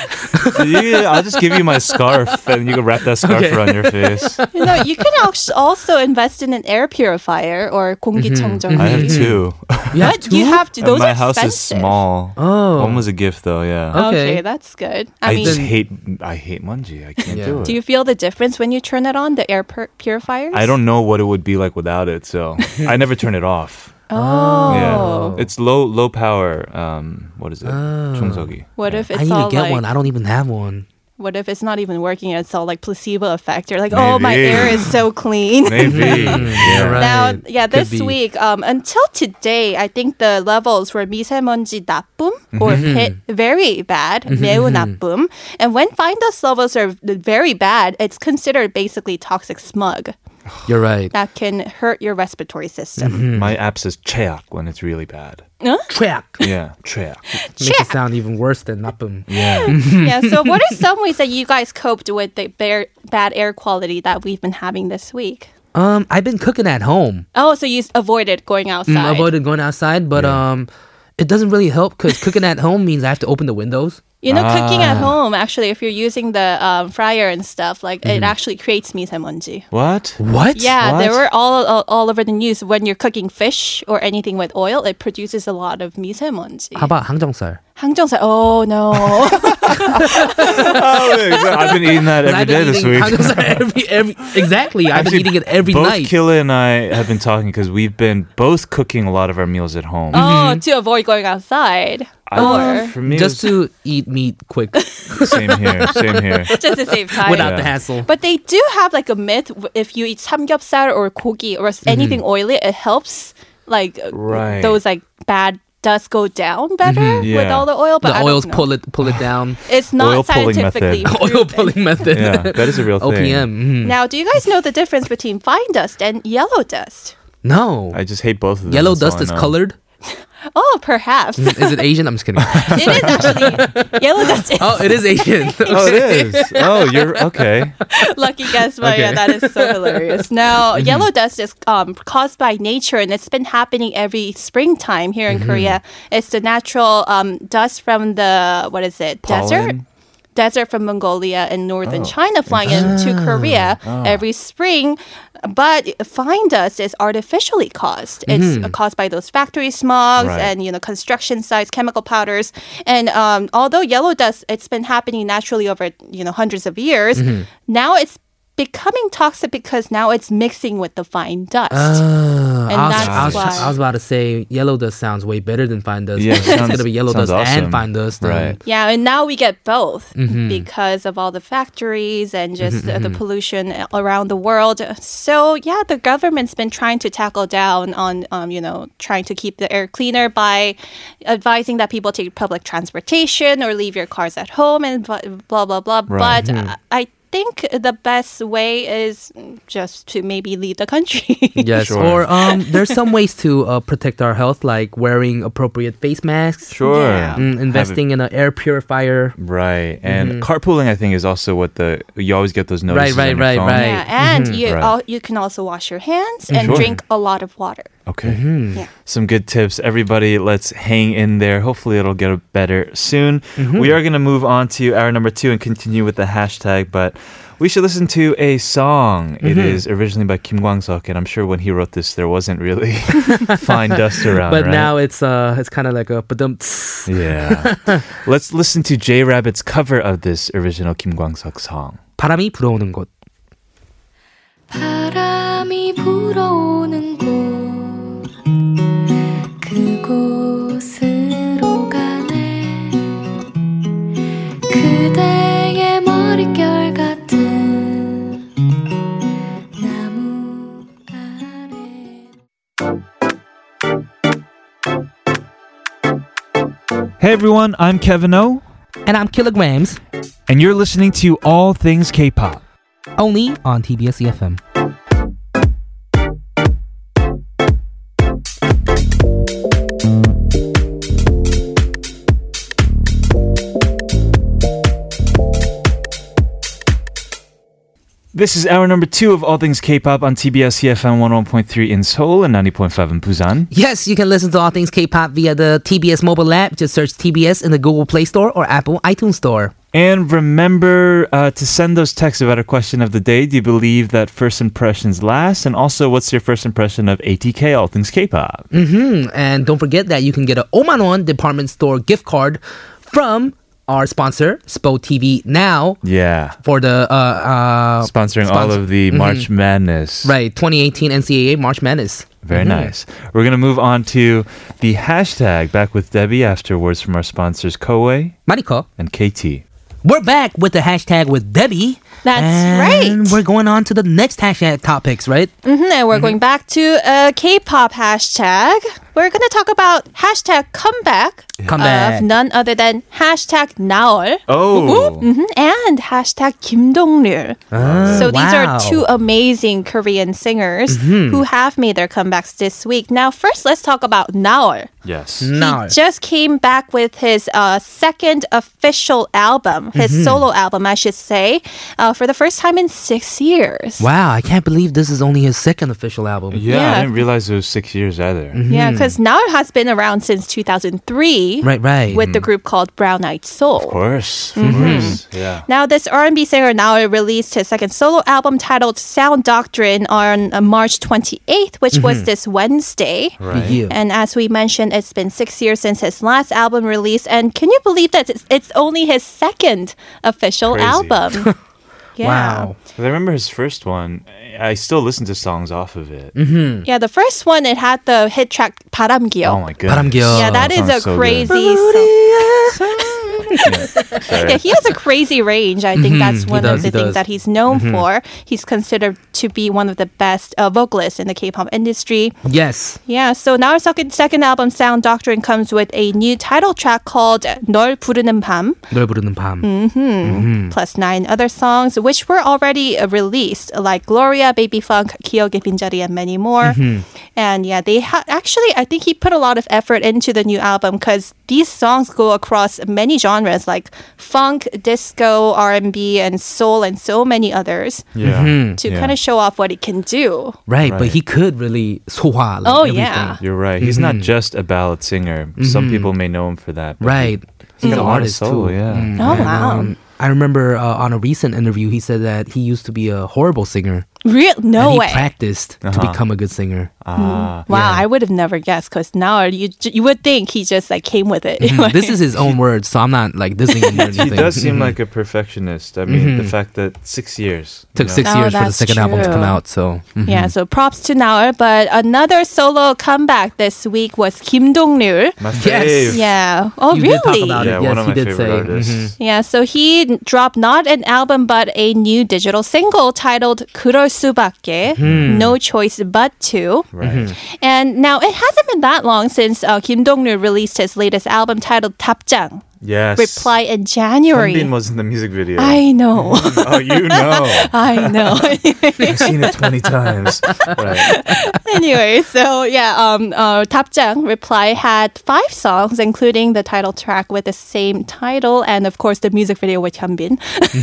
Speaker 1: yeah, I'll just give you my scarf and you can wrap that scarf
Speaker 2: Okay.
Speaker 1: around your face.
Speaker 5: you know, you can al- also invest in an air purifier or 공기청정기.
Speaker 1: I have two.
Speaker 2: Mm-hmm. You have
Speaker 5: But you
Speaker 2: two?
Speaker 5: have to. Those
Speaker 1: my
Speaker 5: are
Speaker 1: house
Speaker 5: expensive.
Speaker 1: is small.
Speaker 2: Oh.
Speaker 1: One was a gift though, yeah.
Speaker 5: Okay.
Speaker 2: Okay.
Speaker 5: that's good. I,
Speaker 1: I,
Speaker 5: mean,
Speaker 1: just hate I hate munji. I can't
Speaker 2: Yeah.
Speaker 1: do it.
Speaker 5: do you feel the difference when you turn it on, the air pur- purifiers?
Speaker 1: I don't know what it would be like without it, so I never turn it off.
Speaker 5: Oh.
Speaker 1: Yeah. It's low low power um what
Speaker 2: Oh.
Speaker 1: is it? Chungsogi.
Speaker 5: What if it's
Speaker 2: I need
Speaker 5: all
Speaker 2: to get
Speaker 5: like,
Speaker 2: one. I don't even have one.
Speaker 5: what if it's not even working and it's all like placebo effect? You're like, oh, my
Speaker 1: Maybe.
Speaker 5: air is so clean.
Speaker 1: Maybe. yeah.
Speaker 2: Hmm. right.
Speaker 5: Now,
Speaker 2: Could
Speaker 5: yeah, this
Speaker 2: be.
Speaker 5: week um, until today, I think the levels were 미세먼지 나쁨
Speaker 2: Mm-hmm.
Speaker 5: or pit, very bad, 매우 나쁨. And when fine dust levels are very bad, it's considered basically toxic smog
Speaker 2: You're right.
Speaker 5: that can hurt your respiratory system.
Speaker 2: Mm-hmm.
Speaker 1: My app says cheak when it's really bad.
Speaker 2: Trap.
Speaker 1: Yeah, cheak.
Speaker 2: Makes it sound even worse than Napum.
Speaker 1: Yeah.
Speaker 5: yeah. So, what are some ways that you guys coped with the bare, bad air quality that we've been having this week?
Speaker 2: Um, I've been cooking at home.
Speaker 5: Oh, so you s- avoided going outside.
Speaker 2: Mm, avoided going outside, but um, it doesn't really help because cooking at home means I have to open the windows.
Speaker 5: You know, cooking at
Speaker 2: Ah.
Speaker 5: home, actually, if you're using the um, fryer and stuff, like
Speaker 2: Mm-hmm.
Speaker 5: it actually creates misemonji.
Speaker 1: what?
Speaker 2: What?
Speaker 5: Yeah, they
Speaker 1: What?
Speaker 5: were all, all all over the news. When you're cooking fish or anything with oil, it produces a lot of 미세먼지.
Speaker 2: How about 항정살?
Speaker 5: 항정살. Oh no.
Speaker 1: Oh, yeah, exactly. I've been eating that every
Speaker 2: I've
Speaker 1: day
Speaker 2: been
Speaker 1: this
Speaker 2: eating
Speaker 1: week.
Speaker 2: 항정살 every, every, exactly. I've been
Speaker 1: Actually,
Speaker 2: eating it every
Speaker 1: both
Speaker 2: night.
Speaker 1: Killa and I have been talking because we've been both cooking a lot of our meals at home.
Speaker 5: oh, to avoid going outside.
Speaker 1: I- for me,
Speaker 2: just
Speaker 1: it
Speaker 2: to eat meat quick
Speaker 1: was- same here, same here.
Speaker 5: Just to save time.
Speaker 2: without
Speaker 1: Yeah.
Speaker 2: the hassle.
Speaker 5: But they do have like a myth w- if you eat samgyeopsal or gogi or anything oily, it helps like uh,
Speaker 1: Right.
Speaker 5: those like bad dust go down better with
Speaker 1: Yeah.
Speaker 5: all the oil. But
Speaker 2: the
Speaker 5: I don't
Speaker 2: oils
Speaker 5: know.
Speaker 2: pull it pull it down.
Speaker 5: It's not
Speaker 1: Oil pulling
Speaker 5: scientifically
Speaker 1: method.
Speaker 2: Oil
Speaker 5: proven.
Speaker 2: pulling method.
Speaker 1: Yeah, that is a real thing.
Speaker 2: OPM. mhm.
Speaker 5: Now, do you guys know the difference between fine dust and yellow dust?
Speaker 2: No.
Speaker 1: I just hate both of them.
Speaker 2: Yellow
Speaker 1: that's all
Speaker 2: dust
Speaker 1: I
Speaker 2: is
Speaker 1: know.
Speaker 2: colored.
Speaker 5: Oh, perhaps.
Speaker 2: Is it Asian? I'm just kidding.
Speaker 5: It is actually yellow dust. Is
Speaker 2: Oh, it is Asian.
Speaker 1: Oh, it is. Oh, you're okay.
Speaker 5: lucky guess, but yeah, that is so hilarious. Now, yellow dust is um, caused by nature, and it's been happening every springtime here in Korea. It's the natural um, dust from the what is it? Desert.
Speaker 1: Pollen?
Speaker 5: Desert from Mongolia and northern China flying into Korea every spring. But fine dust is artificially caused. It's caused by those factory smogs
Speaker 1: Right.
Speaker 5: and you know construction sites, chemical powders, and um, although yellow dust, it's been happening naturally over you know hundreds of years. Now it's becoming toxic because now it's mixing with the fine dust.
Speaker 2: Uh,
Speaker 5: And
Speaker 2: I, was,
Speaker 5: that's
Speaker 2: I, was,
Speaker 5: why.
Speaker 2: I was about to say yellow dust sounds way better than fine dust.
Speaker 1: Yeah,
Speaker 2: it's
Speaker 1: sounds-
Speaker 2: gonna be yellow
Speaker 1: sounds
Speaker 2: dust
Speaker 1: awesome.
Speaker 2: and fine dust. um, and-
Speaker 1: Right.
Speaker 5: Yeah, and now we get both because of all the factories and just uh the pollution around the world. So yeah, the government's been trying to tackle down on, um, you know, trying to keep the air cleaner by advising that people take public transportation or leave your cars at home and blah blah blah. blah.
Speaker 1: Right.
Speaker 5: But uh, I think the best way is just to maybe leave the country.
Speaker 2: Yes.
Speaker 1: Sure.
Speaker 2: Or um, there's some ways to uh, protect our health, like wearing appropriate face masks.
Speaker 1: Sure.
Speaker 5: Yeah.
Speaker 2: Mm, investing in an air purifier.
Speaker 1: Right. And carpooling, I think, is also what the. You always get those notices.
Speaker 2: Mm-hmm. right,
Speaker 1: on your
Speaker 2: right,
Speaker 1: phone.
Speaker 2: right.
Speaker 5: Yeah, and you
Speaker 1: Right.
Speaker 5: al- you can also wash your hands and
Speaker 1: Sure.
Speaker 5: drink a lot of water.
Speaker 1: Okay.
Speaker 2: Mm-hmm.
Speaker 5: Yeah.
Speaker 1: Some good tips. Everybody, let's hang in there. Hopefully, it'll get better soon.
Speaker 2: Mm-hmm.
Speaker 1: We are going to move on to hour number two and continue with the hashtag, but we should listen to a song.
Speaker 2: Mm-hmm.
Speaker 1: It is originally by Kim Kwang Suk, and I'm sure when he wrote this, there wasn't really fine dust around.
Speaker 2: But
Speaker 1: right?
Speaker 2: now it's uh it's kind of like a but
Speaker 1: Yeah. let's listen to J Rabbit's cover of this original Kim Kwang Suk song.
Speaker 2: 바람이 불어오는 곳.
Speaker 6: 바람이 불어오는 곳 그곳으로 가네 그대의 머릿결 같은 나무 아래
Speaker 1: Hey everyone, I'm Kevin O,
Speaker 2: And I'm kilograms
Speaker 1: and you're listening to All Things K pop.
Speaker 2: only on TBS EFM.
Speaker 1: This is hour number two of All Things K-pop on TBS EFM 101.3 in Seoul and 90.5 in Busan.
Speaker 2: Yes, you can listen to all things K-pop via the TBS mobile app. Just search TBS in the Google Play Store or Apple iTunes Store.
Speaker 1: And remember uh, to send those texts about our question of the day. Do you believe that first impressions last? And also, what's your first impression of ATK All Things K-pop?
Speaker 2: And don't forget that you can get a Omanon department store gift card from our sponsor, Spo TV Now,
Speaker 1: Yeah,
Speaker 2: for the uh, uh,
Speaker 1: sponsoring all
Speaker 2: sponsor-
Speaker 1: of the March Madness.
Speaker 2: right 2018 NCAA March Madness. Mm-hmm.
Speaker 1: Very nice. We're gonna move on to the hashtag. Back with Debbie afterwards from our sponsors Koei
Speaker 2: Mariko,
Speaker 1: and KT.
Speaker 2: we're back with the hashtag with Debbie.
Speaker 5: That's
Speaker 2: And
Speaker 5: right.
Speaker 2: We're going on to the next hashtag topics, right?
Speaker 5: Mhm, and we're going back to a K-pop hashtag. We're going to talk about hashtag comeback
Speaker 2: Come
Speaker 5: of
Speaker 2: back.
Speaker 5: none other than hashtag Naol
Speaker 1: Oh,
Speaker 5: mhm, and hashtag Kim Dong-ryul. so these
Speaker 2: wow.
Speaker 5: are two amazing Korean singers who have made their comebacks this week. Now, first, let's talk about Naol.
Speaker 1: yes.
Speaker 2: Now,
Speaker 5: just came back with his uh, second official album, his solo album, I should say, uh, for the first time in six years.
Speaker 2: wow, I can't believe this is only his second official album.
Speaker 1: Yeah, I
Speaker 5: Yeah. Mm-hmm.
Speaker 1: didn't realize it was six years either.
Speaker 5: Yeah, because now it has been around since 2003
Speaker 2: Right, right. Mm.
Speaker 5: with the group called Brown Eyed
Speaker 1: Hmm. Of
Speaker 5: Soul.
Speaker 1: course, of course. Yeah.
Speaker 5: Mm-hmm. Now, this R&B singer now released his second solo album titled Sound Doctrine on uh, March 28th, which was
Speaker 1: Mm-hmm.
Speaker 5: this Wednesday.
Speaker 2: you.
Speaker 5: And as we mentioned, it's been six years since his last album release. And can you believe that it's, it's only his second official
Speaker 1: Crazy.
Speaker 5: album?
Speaker 2: Wow.
Speaker 1: I remember his first one. I I still listen to songs off of it.
Speaker 5: Yeah, the first one, it had the hit track 바람기요.
Speaker 1: Oh my goodness.
Speaker 2: 바람기요.
Speaker 5: yeah,
Speaker 2: Oh,
Speaker 1: that
Speaker 5: that is
Speaker 1: sounds
Speaker 5: a
Speaker 1: so
Speaker 5: crazy.
Speaker 1: good.
Speaker 5: song. yeah, he has a crazy range. I think that's one
Speaker 2: does,
Speaker 5: of the
Speaker 2: Mm-hmm. he does. Mm-hmm.
Speaker 5: things that he's known for. He's considered to be one of the best uh, vocalists in the K-pop industry.
Speaker 2: Yes.
Speaker 5: Yeah, so now our second, second album, Sound Doctrine, comes with a new title track called 널 부르는 밤,
Speaker 2: 노래 부르는 밤.
Speaker 5: plus nine other songs, which were already uh, released, like Gloria, Baby Funk, 기억의 빈자리, and many more.
Speaker 2: Mm-hmm.
Speaker 5: And yeah, they ha- actually, I think he put a lot of effort into the new album because these songs go across many genres, like funk, disco, R&B, and soul, and so many others,
Speaker 1: Yeah.
Speaker 5: Mm-hmm. to
Speaker 1: Yeah.
Speaker 5: kind of show off what it can do.
Speaker 2: Right, but
Speaker 1: Right.
Speaker 2: he could really 소화 like
Speaker 5: Oh,
Speaker 2: everything.
Speaker 5: yeah.
Speaker 1: You're right. He's not
Speaker 5: Mm-hmm.
Speaker 1: just a ballad singer. Some people may know him for that. but
Speaker 2: Right.
Speaker 1: He's
Speaker 2: an
Speaker 1: got a lot of
Speaker 2: artist,
Speaker 1: soul,
Speaker 2: too. Mm. um,
Speaker 1: yeah.
Speaker 5: Oh, wow.
Speaker 2: I remember uh, on a recent interview, he said that he used to be a horrible singer.
Speaker 5: Real? No
Speaker 2: and he
Speaker 5: way.
Speaker 2: practiced
Speaker 1: Uh-huh.
Speaker 2: to become a good singer.
Speaker 1: Ah.
Speaker 5: Wow, I would have never guessed because now you j- you would think he just like came with it.
Speaker 2: Mm-hmm. this is his own words, so I'm not like dissing him or anything. Mm-hmm.
Speaker 1: He does
Speaker 5: Mm-hmm.
Speaker 1: seem like a perfectionist. I mean, the fact that six years you
Speaker 2: Took
Speaker 1: know.
Speaker 2: six
Speaker 5: Oh,
Speaker 2: years for the
Speaker 5: that's
Speaker 2: second album to come
Speaker 5: true.
Speaker 2: out, so. mhm.
Speaker 5: yeah, so props to Naor. But another solo comeback this week was Kim Dong Ryul.
Speaker 1: My fave.
Speaker 2: Yes.
Speaker 5: Yeah. Oh,
Speaker 2: You did talk
Speaker 5: really?
Speaker 2: about
Speaker 1: Yeah,
Speaker 2: it.
Speaker 1: one
Speaker 2: Yes,
Speaker 1: of
Speaker 2: he
Speaker 1: my
Speaker 2: did
Speaker 1: favorite
Speaker 2: say, Mm-hmm.
Speaker 1: artists.
Speaker 5: Yeah, so he dropped not an album but a new digital single titled 그럴 수밖에,
Speaker 2: Mm-hmm.
Speaker 5: No Choice But To.
Speaker 1: Right.
Speaker 5: Mm-hmm. And now it hasn't been that long since uh, Kim Dong-ryul released his latest album titled 답장.
Speaker 1: Yes.
Speaker 5: reply in January.
Speaker 1: Hyunbin was in the music video.
Speaker 5: I know.
Speaker 1: oh, you know.
Speaker 5: I know.
Speaker 1: I've seen it 20 times. Right.
Speaker 5: anyway, so yeah, um, uh, Tapjang Reply had five songs, including the title track with the same title, and of course the music video with Hyunbin.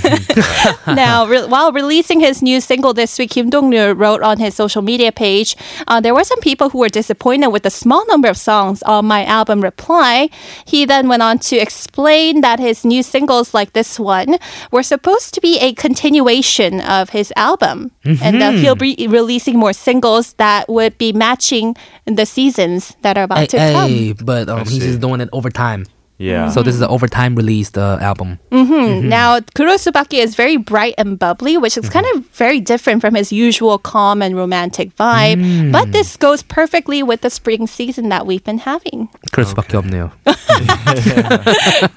Speaker 5: now, re- while releasing his new single this week, Kim Dong-ryul wrote on his social media page, uh, "There were some people who were disappointed with the small number of songs on my album Reply." He then went on to explain that his new singles, like this one, were supposed to be a continuation of his album, and that he'll be releasing more singles that would be matching the seasons that are about
Speaker 2: Hey,
Speaker 5: to come.
Speaker 2: hey, but um, he's just doing it over time.
Speaker 1: Yeah.
Speaker 2: So this is the overtime released uh, album.
Speaker 5: Now, Kurosubaki is very bright and bubbly, which is kind of very different from his usual calm and romantic vibe. But this goes perfectly with the spring season that we've been having.
Speaker 2: 그럴 수밖에 없네요.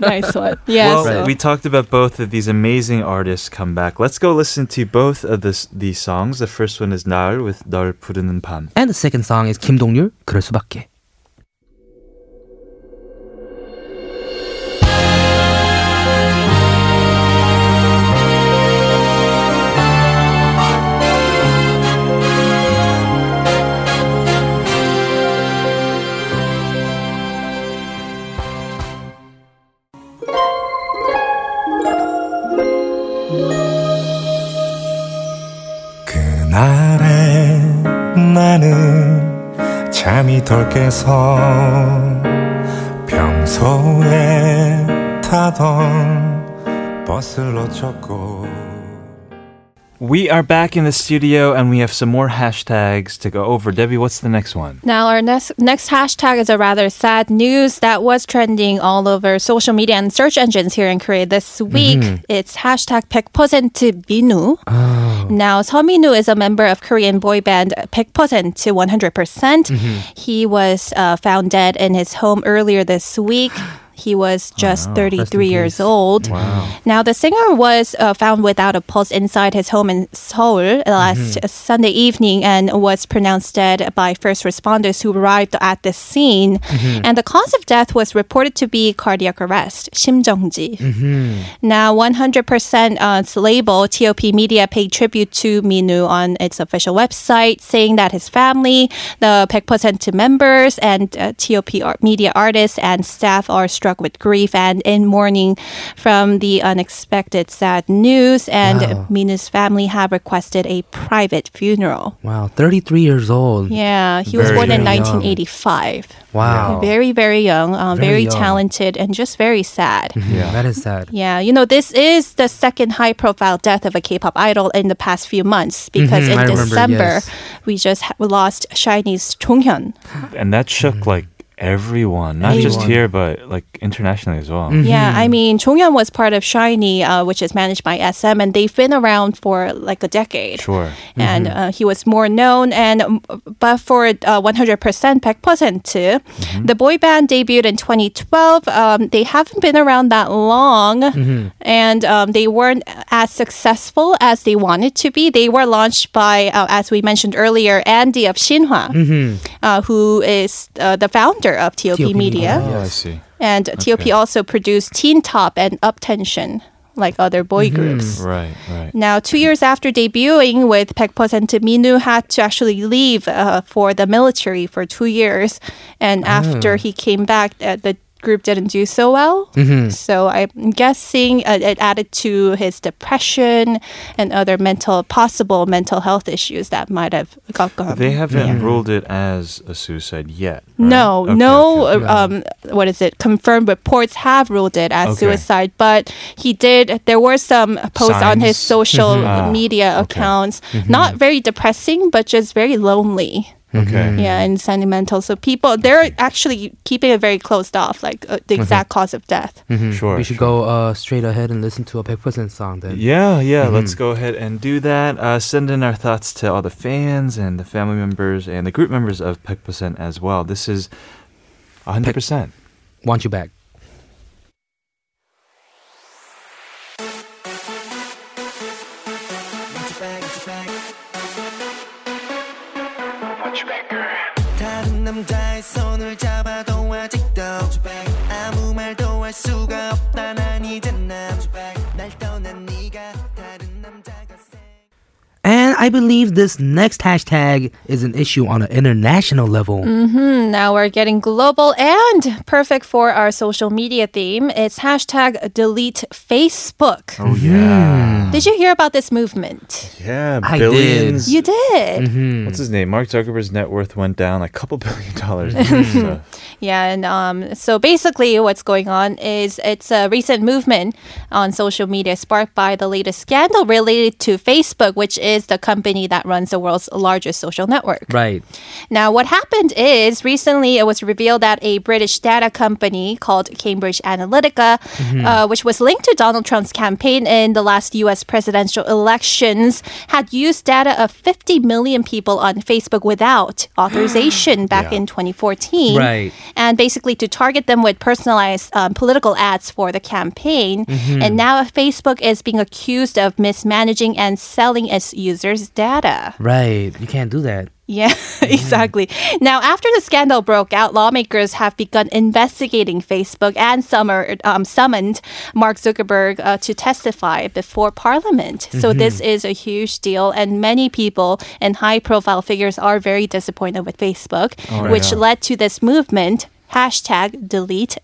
Speaker 5: nice one. Yeah.
Speaker 1: well,
Speaker 5: so-
Speaker 1: we talked about both of these amazing artists come back. Let's go listen to both of this, these songs. The first one is 날 with 널 부르는 밤.
Speaker 2: And the second song is 김동률 그럴 수밖에.
Speaker 7: 그날에 나는 잠이 덜 깨서 평소에 타던 버스를 놓쳤고
Speaker 1: We are back in the studio and we have some more hashtags to go over. Debbie, what's the next one?
Speaker 5: Now, our next, next hashtag is a rather sad news that was trending all over social media and search engines here in Korea this week. It's hashtag 100% Minu. Now, Minu is a member of Korean boy band 100% to 100%. percent He was uh, found dead in his home earlier this week. He was just 33 years old. Now, the singer was uh, found without a pulse inside his home in Seoul last Sunday evening and was pronounced dead by first responders who arrived at the scene. And the cause of death was reported to be cardiac arrest, 심정지. Now, 100% uh, its label, TOP Media, paid tribute to Minu on its official website, saying that his family, the 100% members, and uh, TOP ar- media artists and staff are struck with grief and in mourning from the unexpected sad news. And Minu's family have requested a private funeral.
Speaker 2: Wow, 33 years old.
Speaker 5: Yeah, he was
Speaker 1: Very
Speaker 5: born in
Speaker 1: young.
Speaker 5: 1985,
Speaker 2: Wow.
Speaker 5: very, very young, uh,
Speaker 2: Very
Speaker 5: very,
Speaker 2: young.
Speaker 5: talented, and just very sad.
Speaker 2: Yeah. That is sad.
Speaker 5: Yeah, you know, this is the second high profile death of a K pop idol in the past few months because
Speaker 2: Mhm,
Speaker 5: in
Speaker 2: I remember,
Speaker 5: December,
Speaker 2: yes.
Speaker 5: we just ha- we lost Chinese Chung Hyun.
Speaker 1: And that shook like everyone, not just here, but like internationally as
Speaker 2: Mm-hmm.
Speaker 1: well.
Speaker 5: Yeah, I mean, Chung Hyun was part of Shiny, uh, which is managed by SM, and they've been around for like a decade.
Speaker 1: Sure.
Speaker 5: and uh, he was more known. And um, but for uh, 100% Baekposen too, the boy band debuted in 2012. Um, they haven't been around that long, and um, they weren't as successful as they wanted to be. They were launched by, uh, as we mentioned earlier, Andy of Shinhwa,
Speaker 2: Mm-hmm.
Speaker 5: uh, who is uh, the founder of TOP,
Speaker 2: TOP
Speaker 5: Media,
Speaker 2: Media.
Speaker 1: Oh, I see.
Speaker 5: and TOP also produced Teen Top and Uptension, like other boy groups.
Speaker 1: Right, right.
Speaker 5: Now, two years after debuting with 100% Minu had to actually leave uh, for the military for two years. And
Speaker 1: Ah.
Speaker 5: after he came back, uh, the group didn't do so well.
Speaker 1: Mm-hmm.
Speaker 5: So I'm guessing uh, it added to his depression and other mental, possible mental health issues that might have got gone.
Speaker 1: They haven't ruled it as a suicide yet. right?
Speaker 5: No,
Speaker 1: Okay,
Speaker 5: no.
Speaker 1: okay.
Speaker 5: uh, Um, what is it? Confirmed reports have ruled it as
Speaker 1: Okay.
Speaker 5: suicide, but he did. There were some posts on his
Speaker 1: Signs?
Speaker 5: social
Speaker 1: Mhm. Ah,
Speaker 5: media
Speaker 1: okay. Mm-hmm.
Speaker 5: accounts, not very depressing, but just very lonely.
Speaker 1: Okay.
Speaker 5: Yeah, and sentimental. So people, they're actually keeping it very closed off, like uh, the exact
Speaker 1: Mm-hmm.
Speaker 5: cause of death.
Speaker 1: Sure.
Speaker 2: Mm-hmm. We should go uh, straight ahead and listen to a 100% song then.
Speaker 1: Yeah, yeah. Let's go ahead and do that. Uh, send in our thoughts to all the fans and the family members and the group members of Peck Percent as well. This is 100%.
Speaker 2: Want you back.
Speaker 4: 다른 남자의 손을 잡아도 아직도 아무 말도 할 수가 없다 난 이제 남날 떠난 네가 다른 남자가 세
Speaker 2: And I believe this next hashtag is an issue on an international level.
Speaker 5: Hmm, now we're getting global and perfect for our social media theme. It's hashtag delete Facebook.
Speaker 1: Oh yeah,
Speaker 5: Did you hear about this movement?
Speaker 1: yeah,
Speaker 2: I did.
Speaker 1: billions.
Speaker 5: You did.
Speaker 1: What's his name? Mark Zuckerberg's net worth went down a couple billion dollars. and
Speaker 2: Mm-hmm.
Speaker 1: stuff.
Speaker 5: Yeah, and um, so basically, what's going on is it's a recent movement on social media sparked by the latest scandal related to Facebook, which is the company that runs the world's largest social network.
Speaker 2: Right.
Speaker 5: Now, what happened is recently it was revealed that a British data company called Cambridge Analytica, uh, which was linked to Donald Trump's campaign in the last U.S. presidential elections, had used data of 50 million people on Facebook without authorization back in 2014
Speaker 2: Right.
Speaker 5: and basically to target them with personalized um, political ads for the campaign. And now Facebook is being accused of mismanaging and selling its users' data.
Speaker 2: Right. You can't do that.
Speaker 5: Yeah, exactly. Now, after the scandal broke out, lawmakers have begun investigating Facebook and summer, um, summoned Mark Zuckerberg uh, to testify before Parliament. So, this is a huge deal, and many people and high profile figures are very disappointed with Facebook, which
Speaker 1: yeah.
Speaker 5: led to this movement. Hashtag delete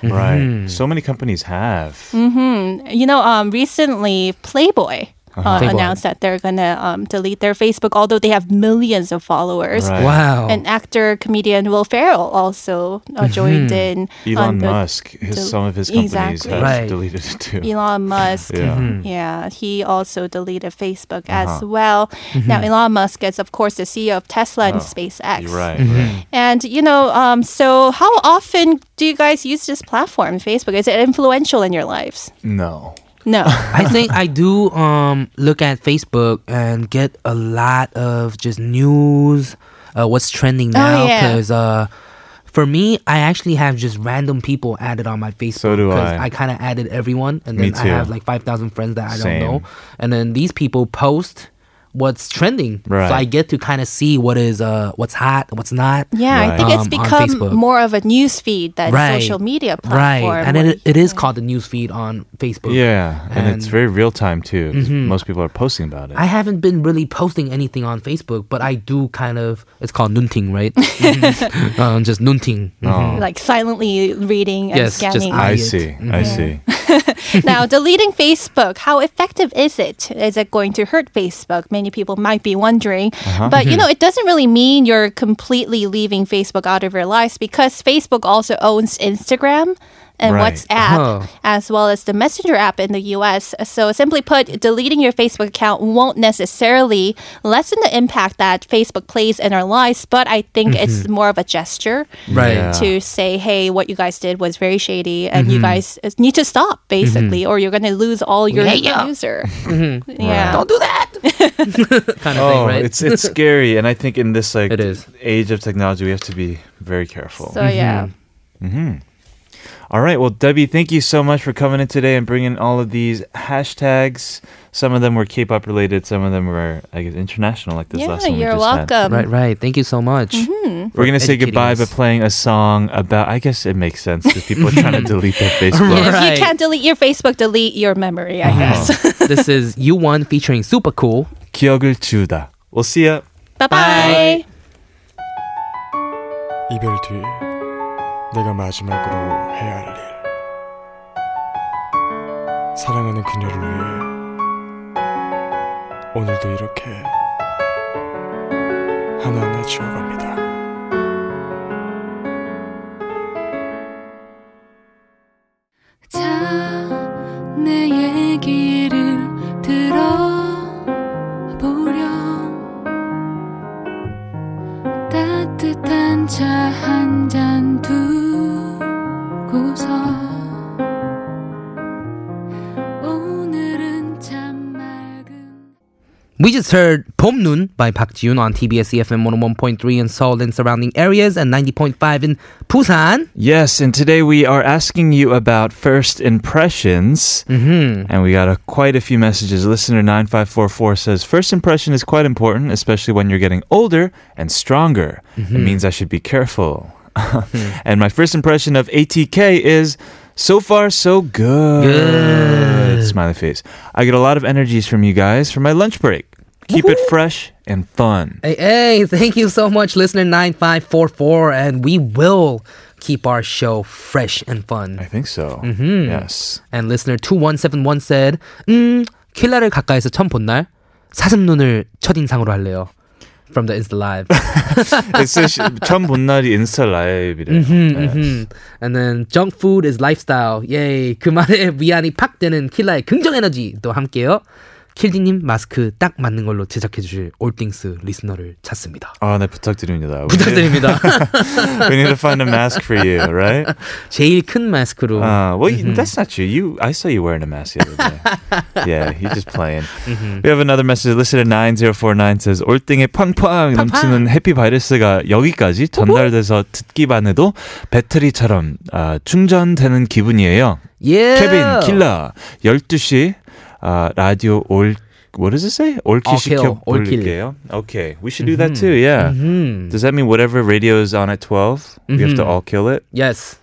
Speaker 1: Mm.
Speaker 2: Mm-hmm.
Speaker 1: right. So many companies have.
Speaker 5: You know, um, recently Playboy, uh,
Speaker 2: Playboy.
Speaker 5: announced that they're going to um, delete their Facebook, although they have millions of followers.
Speaker 1: Right.
Speaker 2: Wow.
Speaker 5: And actor comedian Will Ferrell also
Speaker 2: Mm-hmm.
Speaker 5: uh, joined in. on
Speaker 1: Elon
Speaker 5: the-
Speaker 1: Musk, his,
Speaker 5: del-
Speaker 1: some of his companies
Speaker 5: Exactly.
Speaker 1: have
Speaker 2: Right.
Speaker 1: deleted it too.
Speaker 5: Elon Musk.
Speaker 1: Yeah.
Speaker 2: Mm-hmm.
Speaker 1: Uh-huh.
Speaker 5: Yeah, he also deleted Facebook as well. Now,
Speaker 2: Mm-hmm.
Speaker 5: Elon Musk is, of course, the CEO of Tesla and SpaceX.
Speaker 1: Oh, You're right.
Speaker 2: Mm-hmm.
Speaker 1: right.
Speaker 5: And, you know, um, so how often do you guys use this platform, Facebook? Is it influential in your lives?
Speaker 1: No.
Speaker 5: No.
Speaker 2: I think I do um, look at Facebook and get a lot of just news, uh, what's trending now.
Speaker 5: Oh, yeah.
Speaker 2: Because uh, for me, I actually have just random people added on my Facebook.
Speaker 1: So do
Speaker 2: 'cause
Speaker 1: I.
Speaker 2: I kind of added everyone, and
Speaker 1: Me
Speaker 2: then I have
Speaker 1: too.
Speaker 2: like five thousand friends that I
Speaker 1: Same.
Speaker 2: don't know, and then these people post what's trending,
Speaker 1: Right.
Speaker 2: so I get to kind of see what is uh, what's hot, what's not.
Speaker 5: Yeah, I
Speaker 1: Right.
Speaker 5: think it's
Speaker 2: Um, on Facebook.
Speaker 5: become more of a news feed than
Speaker 2: Right.
Speaker 5: social media platform.
Speaker 2: Right, and it, it is called the newsfeed on Facebook.
Speaker 1: Yeah, and, it's
Speaker 2: And- Mm-hmm.
Speaker 1: very real time too. 'cause Most people are posting about it.
Speaker 2: I haven't been really posting anything on Facebook, but I do kind of. It's called nunting, right? um, just nunting.
Speaker 1: Oh.
Speaker 5: like silently reading and
Speaker 2: Yes, just
Speaker 5: scanning.
Speaker 1: I
Speaker 2: I- it. Mm-hmm.
Speaker 1: see. I see.
Speaker 5: now, deleting Facebook, how effective is it? Is it going to hurt Facebook? Many people might be wondering. But, you know, it doesn't really mean you're completely leaving Facebook out of your lives because Facebook also owns Instagram. And
Speaker 1: Right.
Speaker 5: WhatsApp,
Speaker 2: Oh.
Speaker 5: as well as the Messenger app in the US. So, simply put, deleting your Facebook account won't necessarily lessen the impact that Facebook plays in our lives, but I think it's more of a gesture
Speaker 2: Mm-hmm. Right.
Speaker 1: Yeah. Mm-hmm.
Speaker 5: to say, hey, what you guys did was very shady, and you guys need to stop, basically, or you're going to lose all your
Speaker 2: hate ya.
Speaker 5: user.
Speaker 1: Mm-hmm.
Speaker 5: Yeah.
Speaker 2: Don't do that. kind of
Speaker 1: Oh,
Speaker 2: thing, right?
Speaker 1: it's it's scary, and I think in this like
Speaker 2: It is.
Speaker 1: age of technology, we have to be very careful.
Speaker 5: So,
Speaker 1: Mm-hmm.
Speaker 5: yeah.
Speaker 1: all right, well, Debbie, thank you so much for coming in today and bringing all of these hashtags. Some of them were K-pop related, some of them were, I guess, international, like this
Speaker 5: Yeah,
Speaker 1: last one. we
Speaker 5: you're
Speaker 1: just had.
Speaker 5: welcome.
Speaker 2: right, right. Thank you so much.
Speaker 1: We're gonna say
Speaker 2: educating
Speaker 1: goodbye
Speaker 2: us.
Speaker 1: by playing a song about. I guess it makes sense because people are trying to delete their Facebook.
Speaker 5: If
Speaker 2: Right.
Speaker 5: you can't delete your Facebook, delete your memory,
Speaker 1: Uh-huh.
Speaker 5: I guess.
Speaker 2: this is U One featuring Super Cool.
Speaker 1: 기억을 주다. We'll see ya.
Speaker 5: bye bye.
Speaker 7: 이별 뒤 내가 마지막으로 해야 할 일. 사랑하는 그녀를 위해 오늘도 이렇게 하나하나 지워갑니다.
Speaker 6: 자 내 얘기를 들어보렴 따뜻한 차 한 잔 두고서 오늘은 참 맑은
Speaker 2: We just heard Pom Noon by Park Ji-yoon on TBS EFM 101.3 in Seoul and surrounding areas and 90.5 in Busan.
Speaker 1: Yes, and today we are asking you about first impressions. Mm-hmm. And we got a, quite a few messages. Listener 9544 says, First impression is quite important, especially when you're getting older and stronger. It means I should be careful. and my first impression of ATK is, so far, so good. Smiley face. I get a lot of energies from you guys for my lunch break. Keep it fresh and fun.
Speaker 2: Hey, hey, thank you so much, listener 9544. And we will keep our show fresh and
Speaker 1: I
Speaker 2: fun.
Speaker 1: think so. Mm-hmm. Yes.
Speaker 2: And listener 2171 said, 음, 킬라를 가까이서 처음 본 날, 사슴눈을 첫인상으로 할래요. From the Insta Live.
Speaker 1: It says 처음 본 날이 인스타 라이브래요. 네.
Speaker 2: 음. And then junk food is lifestyle. 예이. 그 말에 위안이 팍 되는 킬라의 긍정 에너지 또 함께요. 킬디님 마스크 딱 맞는 걸로 제작해 주실 올띵스 리스너를 찾습니다.
Speaker 1: 아, 네 부탁드립니다.
Speaker 2: 부탁드립니다.
Speaker 1: We need to find a mask for you, right?
Speaker 2: 제일 큰 마스크로.
Speaker 1: Uh, well, you that's not you. You, I saw you wearing a mask the other day. yeah, you're just playing. We have another message. Listener 9049 says, 올등에 팡팡 넘치는 해피바이러스가 여기까지 전달돼서 듣기만 해도 배터리처럼 아, 충전되는 기분이에요.
Speaker 2: 예.
Speaker 1: 케빈, 킬러, 12시 아, 라디오 올 What does it say? 올킬
Speaker 2: 올킬,
Speaker 1: 시켜
Speaker 2: 올킬.
Speaker 1: 올릴게요. Okay, we should do that too. Yeah. Does that mean whatever radio is on at 12, we have to all kill it?
Speaker 2: Yes.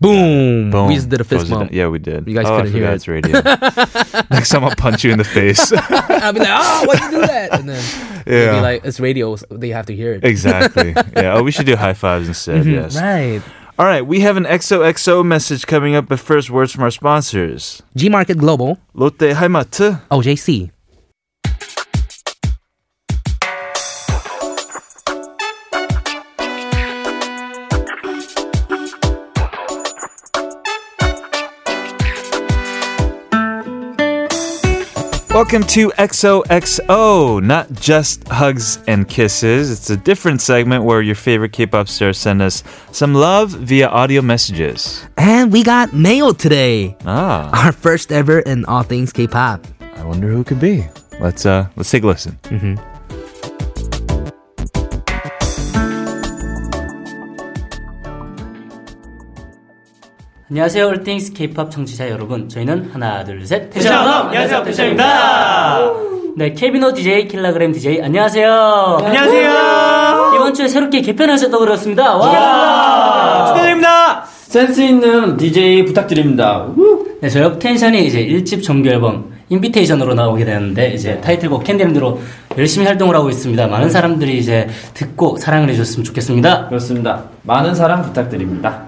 Speaker 2: Boom.
Speaker 1: Boom.
Speaker 2: We just did a
Speaker 1: Closed
Speaker 2: fist
Speaker 1: it
Speaker 2: bump.
Speaker 1: down. Yeah, we did.
Speaker 2: You guys
Speaker 1: oh, I
Speaker 2: couldn't hear
Speaker 1: forgot
Speaker 2: it.
Speaker 1: it's radio. Next time I'll punch you in the face.
Speaker 2: I'll be like, oh, why'd you do that? And then
Speaker 1: yeah.
Speaker 2: be like, it's radio. so They have to hear it.
Speaker 1: exactly. Yeah. Oh, we should do high fives instead. Yes.
Speaker 2: Mm-hmm. Right.
Speaker 1: All right. We have an XOXO message coming up, but first, words from our sponsors.
Speaker 2: G Market Global,
Speaker 1: Lotte Heimat.
Speaker 2: OJC.
Speaker 1: Welcome to XOXO, not just hugs and kisses. It's a different segment where your favorite K-pop stars send us some love via audio messages.
Speaker 2: And we got mail today.
Speaker 1: Ah,
Speaker 2: Our first ever in all things K-pop.
Speaker 1: I wonder who it could be. Let's uh, let's take a listen.
Speaker 8: 안녕하세요 올띵스 케이팝 청취자 여러분 저희는 하나 둘셋 텐션업 안녕하세요 텐션입니다 네 케비노 DJ 킬라그램 DJ 안녕하세요 안녕하세요 이번 주에 새롭게 개편하셨다고 들었습니다 와 축하드립니다
Speaker 9: 센스 있는 DJ 부탁드립니다.
Speaker 8: 네 저희 텐션이 이제 1집 정규 앨범 인비테이션으로 나오게 되는데 이제 타이틀곡 캔디랜드로 열심히 활동을 하고 있습니다 많은 사람들이 이제 듣고 사랑을 해주셨으면 좋겠습니다
Speaker 9: 그렇습니다. 많은 사랑 부탁드립니다.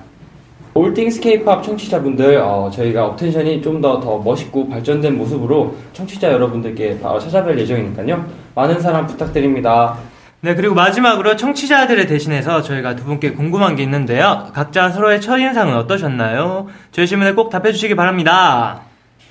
Speaker 9: 올띵스 케이팝 청취자분들, 어, 저희가 업텐션이 좀 더 더 멋있고 발전된 모습으로 청취자 여러분들께 바로 찾아뵐 예정이니까요. 많은 사랑 부탁드립니다.
Speaker 10: 네, 그리고 마지막으로 청취자들을 대신해서 저희가 두 분께 궁금한 게 있는데요. 각자 서로의 첫인상은 어떠셨나요? 저희 질문에 꼭 답해주시기 바랍니다.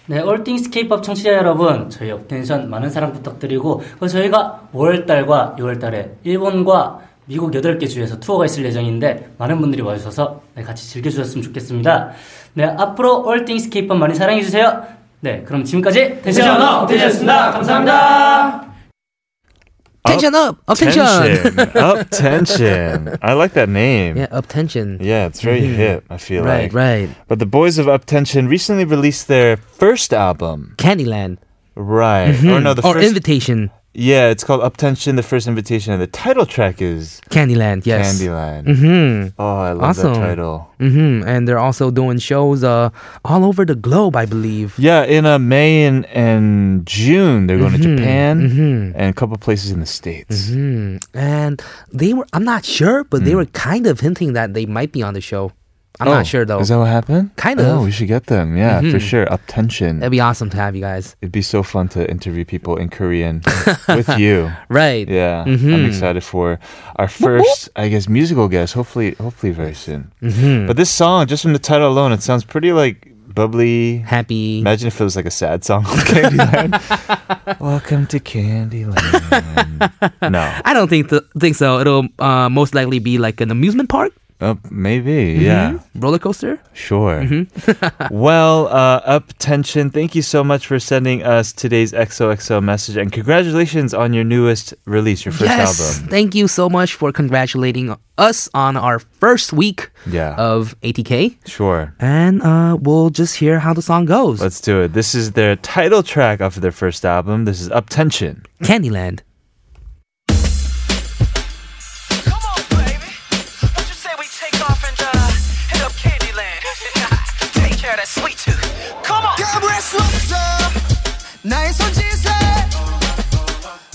Speaker 8: 네, 올띵스 케이팝 청취자 여러분, 저희 업텐션 많은 사랑 부탁드리고, 그리고 저희가 5월달과 6월달에 일본과 미국 8개 주에서 투어가 있을 예정인데, 많은 분들이 와주셔서 네, 같이 즐겨주셨으면 좋겠습니다. 네, 앞으로 올띵스 케이팝 많이 사랑해주세요. 네, 그럼 지금까지 텐션 업텐션이습니다 감사합니다.
Speaker 2: Tension up, up tension.
Speaker 1: Tension. up tension. I like that name.
Speaker 2: Yeah, up tension.
Speaker 1: Yeah, it's very hip, I feel like.
Speaker 2: Right, right.
Speaker 1: But the boys of Up Tension recently released their first album.
Speaker 2: Candyland
Speaker 1: Right. Or no, the
Speaker 2: Mm-hmm. or
Speaker 1: first
Speaker 2: invitation.
Speaker 1: Yeah, it's called Up Tension, the first invitation, and the title track is
Speaker 2: Candyland, yes.
Speaker 1: Candyland.
Speaker 2: Mm-hmm.
Speaker 1: Oh, I love
Speaker 2: Awesome.
Speaker 1: that title.
Speaker 2: Mm-hmm. And they're also doing shows uh, all over the globe, I believe.
Speaker 1: Yeah, in uh, May and, and June, they're going
Speaker 2: Mm-hmm.
Speaker 1: to Japan and a couple places in the States.
Speaker 2: Mm. And they were, I'm not sure, but they were kind of hinting that they might be on the show. I'm
Speaker 1: Mm. Oh,
Speaker 2: not sure though.
Speaker 1: Is that what happened?
Speaker 2: Kind
Speaker 1: Oh,
Speaker 2: of. Mm-hmm.
Speaker 1: we should get them. Yeah, for sure. Up Tension.
Speaker 2: That'd be awesome to have you guys.
Speaker 1: It'd be so fun to interview people in Korean with you.
Speaker 2: Right.
Speaker 1: Yeah, I'm
Speaker 2: Mhm.
Speaker 1: excited for our first, I guess, musical guest. Hopefully, hopefully very soon.
Speaker 2: Mm-hmm.
Speaker 1: But this song, just from the title alone, it sounds pretty like bubbly.
Speaker 2: Happy.
Speaker 1: Imagine if it was like a sad song, on Candyland. Welcome to Candyland. no,
Speaker 2: I don't think th- think so. It'll uh, most likely be like an amusement park. Mm-hmm.
Speaker 1: Uh, maybe, yeah.
Speaker 2: Roller coaster?
Speaker 1: Sure. well, uh, up tension. Thank you so much for sending us today's XOXO message, and congratulations on your newest release, your first
Speaker 2: yes.
Speaker 1: album.
Speaker 2: Thank you so much for congratulating us on our first week
Speaker 1: Yeah.
Speaker 2: of ATK.
Speaker 1: Sure.
Speaker 2: And uh, we'll just hear how the song goes.
Speaker 1: Let's do it. This is their title track off of their first album. This is Up Tension.
Speaker 2: Candyland.
Speaker 11: What you say we take off and uh, hit up Candyland? take care of that sweet tooth. Come on.
Speaker 4: 가브라 슬럽죠 나의 손짓에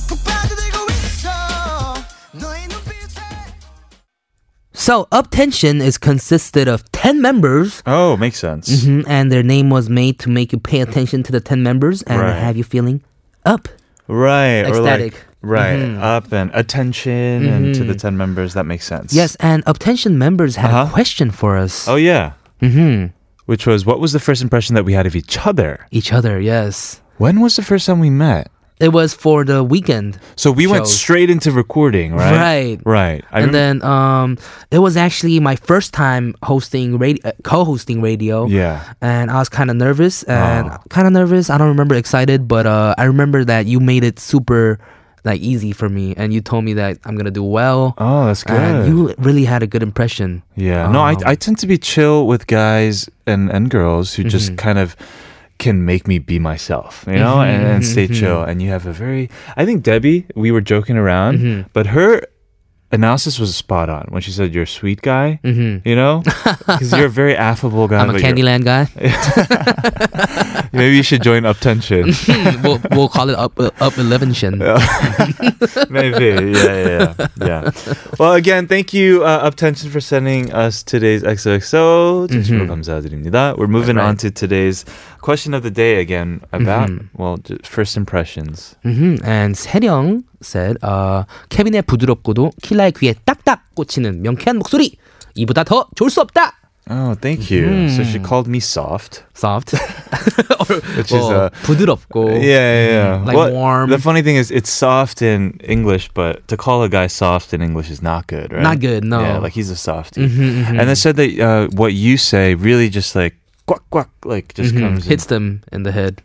Speaker 4: 푹 빠져들고 있어 너의 눈빛에
Speaker 2: So, Uptension is consisted of 10 members.
Speaker 1: Oh, makes sense.
Speaker 2: Mhm, and their name was made to make you pay attention to the 10 members and
Speaker 1: Right.
Speaker 2: have you feeling up.
Speaker 1: Right. or like-
Speaker 2: Ecstatic.
Speaker 1: right.
Speaker 2: Mhm.
Speaker 1: Up and attention and to
Speaker 2: Mhm.
Speaker 1: the Mm-hmm. 10 Mm-hmm. members. That makes sense.
Speaker 2: Yes, and Uptension members had a question for us.
Speaker 1: Uh-huh. Oh, yeah.
Speaker 2: hmm
Speaker 1: Which was, what was the first impression that we had of each other?
Speaker 2: Each other, yes.
Speaker 1: When was the first time we met?
Speaker 2: It was for the weekend.
Speaker 1: So we went
Speaker 2: shows.
Speaker 1: straight into recording, right?
Speaker 2: Right.
Speaker 1: Right. I
Speaker 2: and
Speaker 1: remem-
Speaker 2: then um, it was actually my first time hosting radio, uh, co-hosting radio.
Speaker 1: Yeah.
Speaker 2: and I was kind of nervous and kind of nervous. I don't remember excited, but uh, I remember that you made it super like easy for me, and you told me that I'm gonna do well.
Speaker 1: Oh, that's
Speaker 2: And
Speaker 1: good.
Speaker 2: you really had a good impression.
Speaker 1: Yeah. No, I,
Speaker 2: Um,
Speaker 1: I tend to be chill with guys and, and girls who just
Speaker 2: Mm-hmm.
Speaker 1: kind of can make me be myself, you know, and,
Speaker 2: Mm-hmm.
Speaker 1: and stay
Speaker 7: Mhm, mhm,
Speaker 1: chill. And you have a very, I think Debbie, we were joking around,
Speaker 2: Mm-hmm.
Speaker 1: but her analysis was spot on when she said, You're a sweet guy,
Speaker 2: Mhm.
Speaker 1: you know, because you're a very affable guy.
Speaker 2: I'm
Speaker 1: but
Speaker 2: a
Speaker 1: you're-
Speaker 2: Candyland guy.
Speaker 1: Maybe you should join Uptension.
Speaker 2: we'll, we'll call it up uh, up elevention.
Speaker 1: Maybe. Yeah, yeah, yeah. yeah. Well, again, thank you, uh, Uptension, for sending us today's XOXO. 진심으로 감사드립니다. We're moving on to today's question of the day again about, well, ju- first impressions.
Speaker 2: Mhm. And 세령 said, uh, 케빈의 부드럽고도 킬라의 귀에 딱딱 꽂히는 명쾌한 목소리 이보다 더 좋을 수 없다.
Speaker 1: Oh, thank you. So she
Speaker 2: Mhm.
Speaker 1: called me soft.
Speaker 2: Soft.
Speaker 1: Which is
Speaker 2: 뭐,
Speaker 1: uh, Yeah,
Speaker 2: 부드럽고.
Speaker 1: yeah, yeah.
Speaker 2: Mhm. Like
Speaker 1: Well,
Speaker 2: warm.
Speaker 1: The funny thing is, it's soft in English, but to call a guy soft in English is not good, Mm-hmm. right?
Speaker 2: Not good, no.
Speaker 1: Yeah, like he's a softie.
Speaker 2: Mhm, mhm.
Speaker 1: And they said that uh, what you say really just like quack quack, like just
Speaker 2: Mhm.
Speaker 1: comes. in.
Speaker 2: hits them in the head,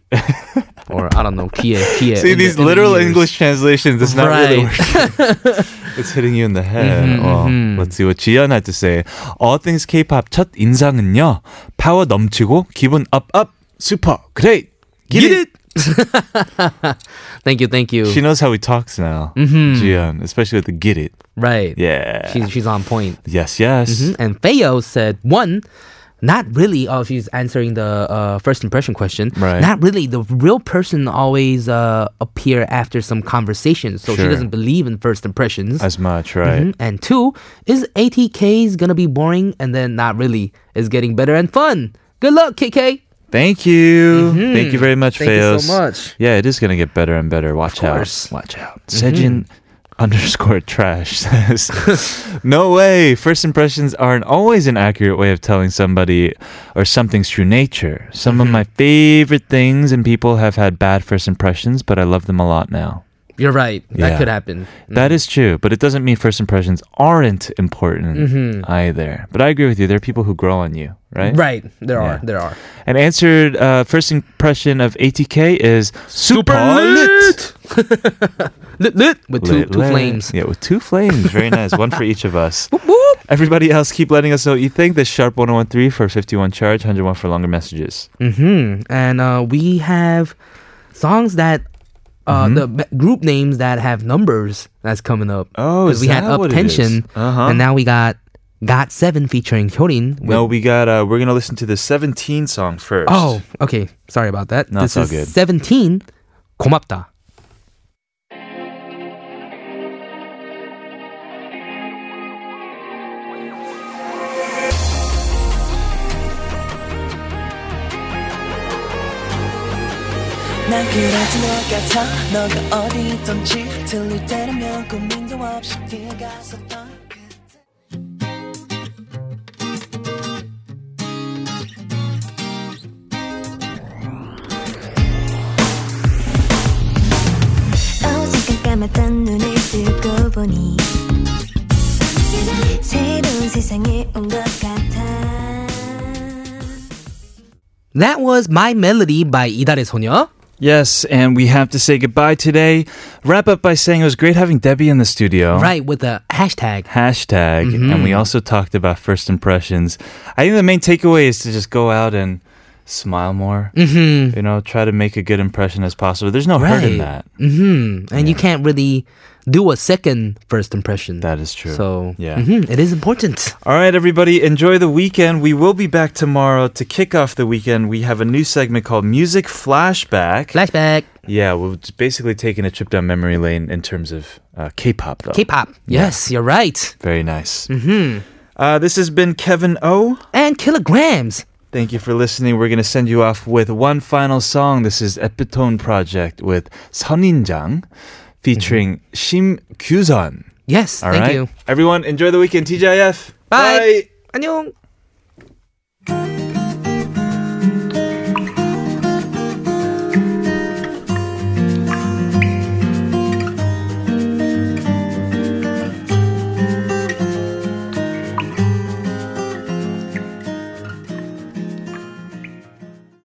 Speaker 2: or I don't know, 귀에 귀에.
Speaker 1: See
Speaker 2: in the-
Speaker 1: these
Speaker 2: in the
Speaker 1: literal
Speaker 2: ears.
Speaker 1: English translations. It's not really
Speaker 2: Right.
Speaker 1: working. it's hitting you in the head.
Speaker 2: Mhm,
Speaker 1: Well,
Speaker 2: mhm.
Speaker 1: let's see what Jiyeon had to say. All things K-pop 첫 인상은요. 파워 넘치고 기분 up up. Super great. Get, it.
Speaker 2: Thank you, thank you.
Speaker 1: She knows how he talks now.
Speaker 2: Mhm.
Speaker 1: Jiyeon, especially with the get it.
Speaker 2: right?
Speaker 1: Yeah.
Speaker 2: she's she's on point.
Speaker 1: yes, yes.
Speaker 2: Mhm. And Feo said one. Not really. Oh, she's answering the uh, first impression question.
Speaker 1: Right.
Speaker 2: Not really. The real person always uh, appear after some conversation, so she
Speaker 1: Sure.
Speaker 2: doesn't believe in first impressions.
Speaker 1: As much, right?
Speaker 2: Mhm. And two is ATK's gonna be boring, and then not really is getting better and fun. Good luck, KK.
Speaker 1: Thank you. Thank you very much,
Speaker 2: Mm-hmm. Thank you
Speaker 1: Feos.
Speaker 2: so much.
Speaker 1: Yeah, it is going to get better and better. Watch out.
Speaker 2: course.
Speaker 1: Watch out. Sejin underscore trash says, No way. First impressions aren't always an accurate way of telling somebody or something's true nature. Some of my favorite things and people have had bad first impressions, but I love them a lot now.
Speaker 2: You're right.
Speaker 1: Yeah.
Speaker 2: That could happen.
Speaker 1: That is true, but it doesn't mean first impressions aren't important
Speaker 2: Mhm.
Speaker 1: either. But I agree with you. There are people who grow on you, Mm-hmm. right?
Speaker 2: Mm. Right. There
Speaker 1: Yeah.
Speaker 2: are. There are.
Speaker 1: And answered uh, first impression of ATK is super, lit.
Speaker 2: Lit lit with
Speaker 1: Lit,
Speaker 2: two two
Speaker 1: lit.
Speaker 2: flames.
Speaker 1: Yeah, with two flames. Very nice. One for each of us. Everybody else, keep letting us know what you think. This sharp 1013 for 51 charge, 101 for longer messages.
Speaker 2: hmm And uh, we have songs that uh,
Speaker 1: Mm-hmm.
Speaker 2: the b- group names that have numbers that's coming up.
Speaker 1: Oh, is
Speaker 2: 'Cause we had
Speaker 1: that
Speaker 2: up
Speaker 1: what it is?
Speaker 2: tension,
Speaker 1: Uh-huh.
Speaker 2: and now we got got seven featuring Hyorin. with-
Speaker 1: No, we got. Uh, we're gonna listen to the 17 song first.
Speaker 2: Oh, okay. Sorry about that.
Speaker 1: No, it's
Speaker 2: this
Speaker 1: all
Speaker 2: is
Speaker 1: good.
Speaker 2: seventeen. 고맙다.
Speaker 11: 난 그래도 너 같아 너가 어디 있던지 들릴 때라면 고민도 없이 뛰어갔었던
Speaker 12: 어제가 감았던 눈을 뜨고 보니 새로운 새로운 세상에 온 것 같아
Speaker 2: That was My Melody by 이달의 소녀.
Speaker 1: Yes, and we have to say goodbye today. Wrap up by saying it was great having Debbie in the studio.
Speaker 2: Right, with the hashtag.
Speaker 1: Hashtag.
Speaker 2: Mhm.
Speaker 1: And we also talked about first impressions. I think the main takeaway is to just go out and smile more.
Speaker 2: Mhm.
Speaker 1: You know, try to make a good impression as possible. There's no hurt in that.
Speaker 2: hmm And you can't really do a second first impression. That
Speaker 1: is true.
Speaker 2: So
Speaker 1: Yeah.
Speaker 2: mhm, it is important.
Speaker 1: All right, everybody, enjoy the weekend. We will be back tomorrow to kick off the weekend. We have a new segment called Music Flashback.
Speaker 2: Flashback.
Speaker 1: Yeah, we're basically taking a trip down memory lane in terms of uh, K-pop, though.
Speaker 2: K-pop. Yes, you're right.
Speaker 1: Very nice.
Speaker 2: Mm-hmm.
Speaker 1: Uh, this has been Kevin O
Speaker 2: and Kilograms.
Speaker 1: Thank you for listening. We're going to send you off with one final song. This is Epitone Project with 선인장 featuring Shim Kyuzon.
Speaker 2: Yes, Mm-hmm. thank you.
Speaker 1: Everyone, enjoy the weekend. TGIF.
Speaker 2: Bye. 안녕.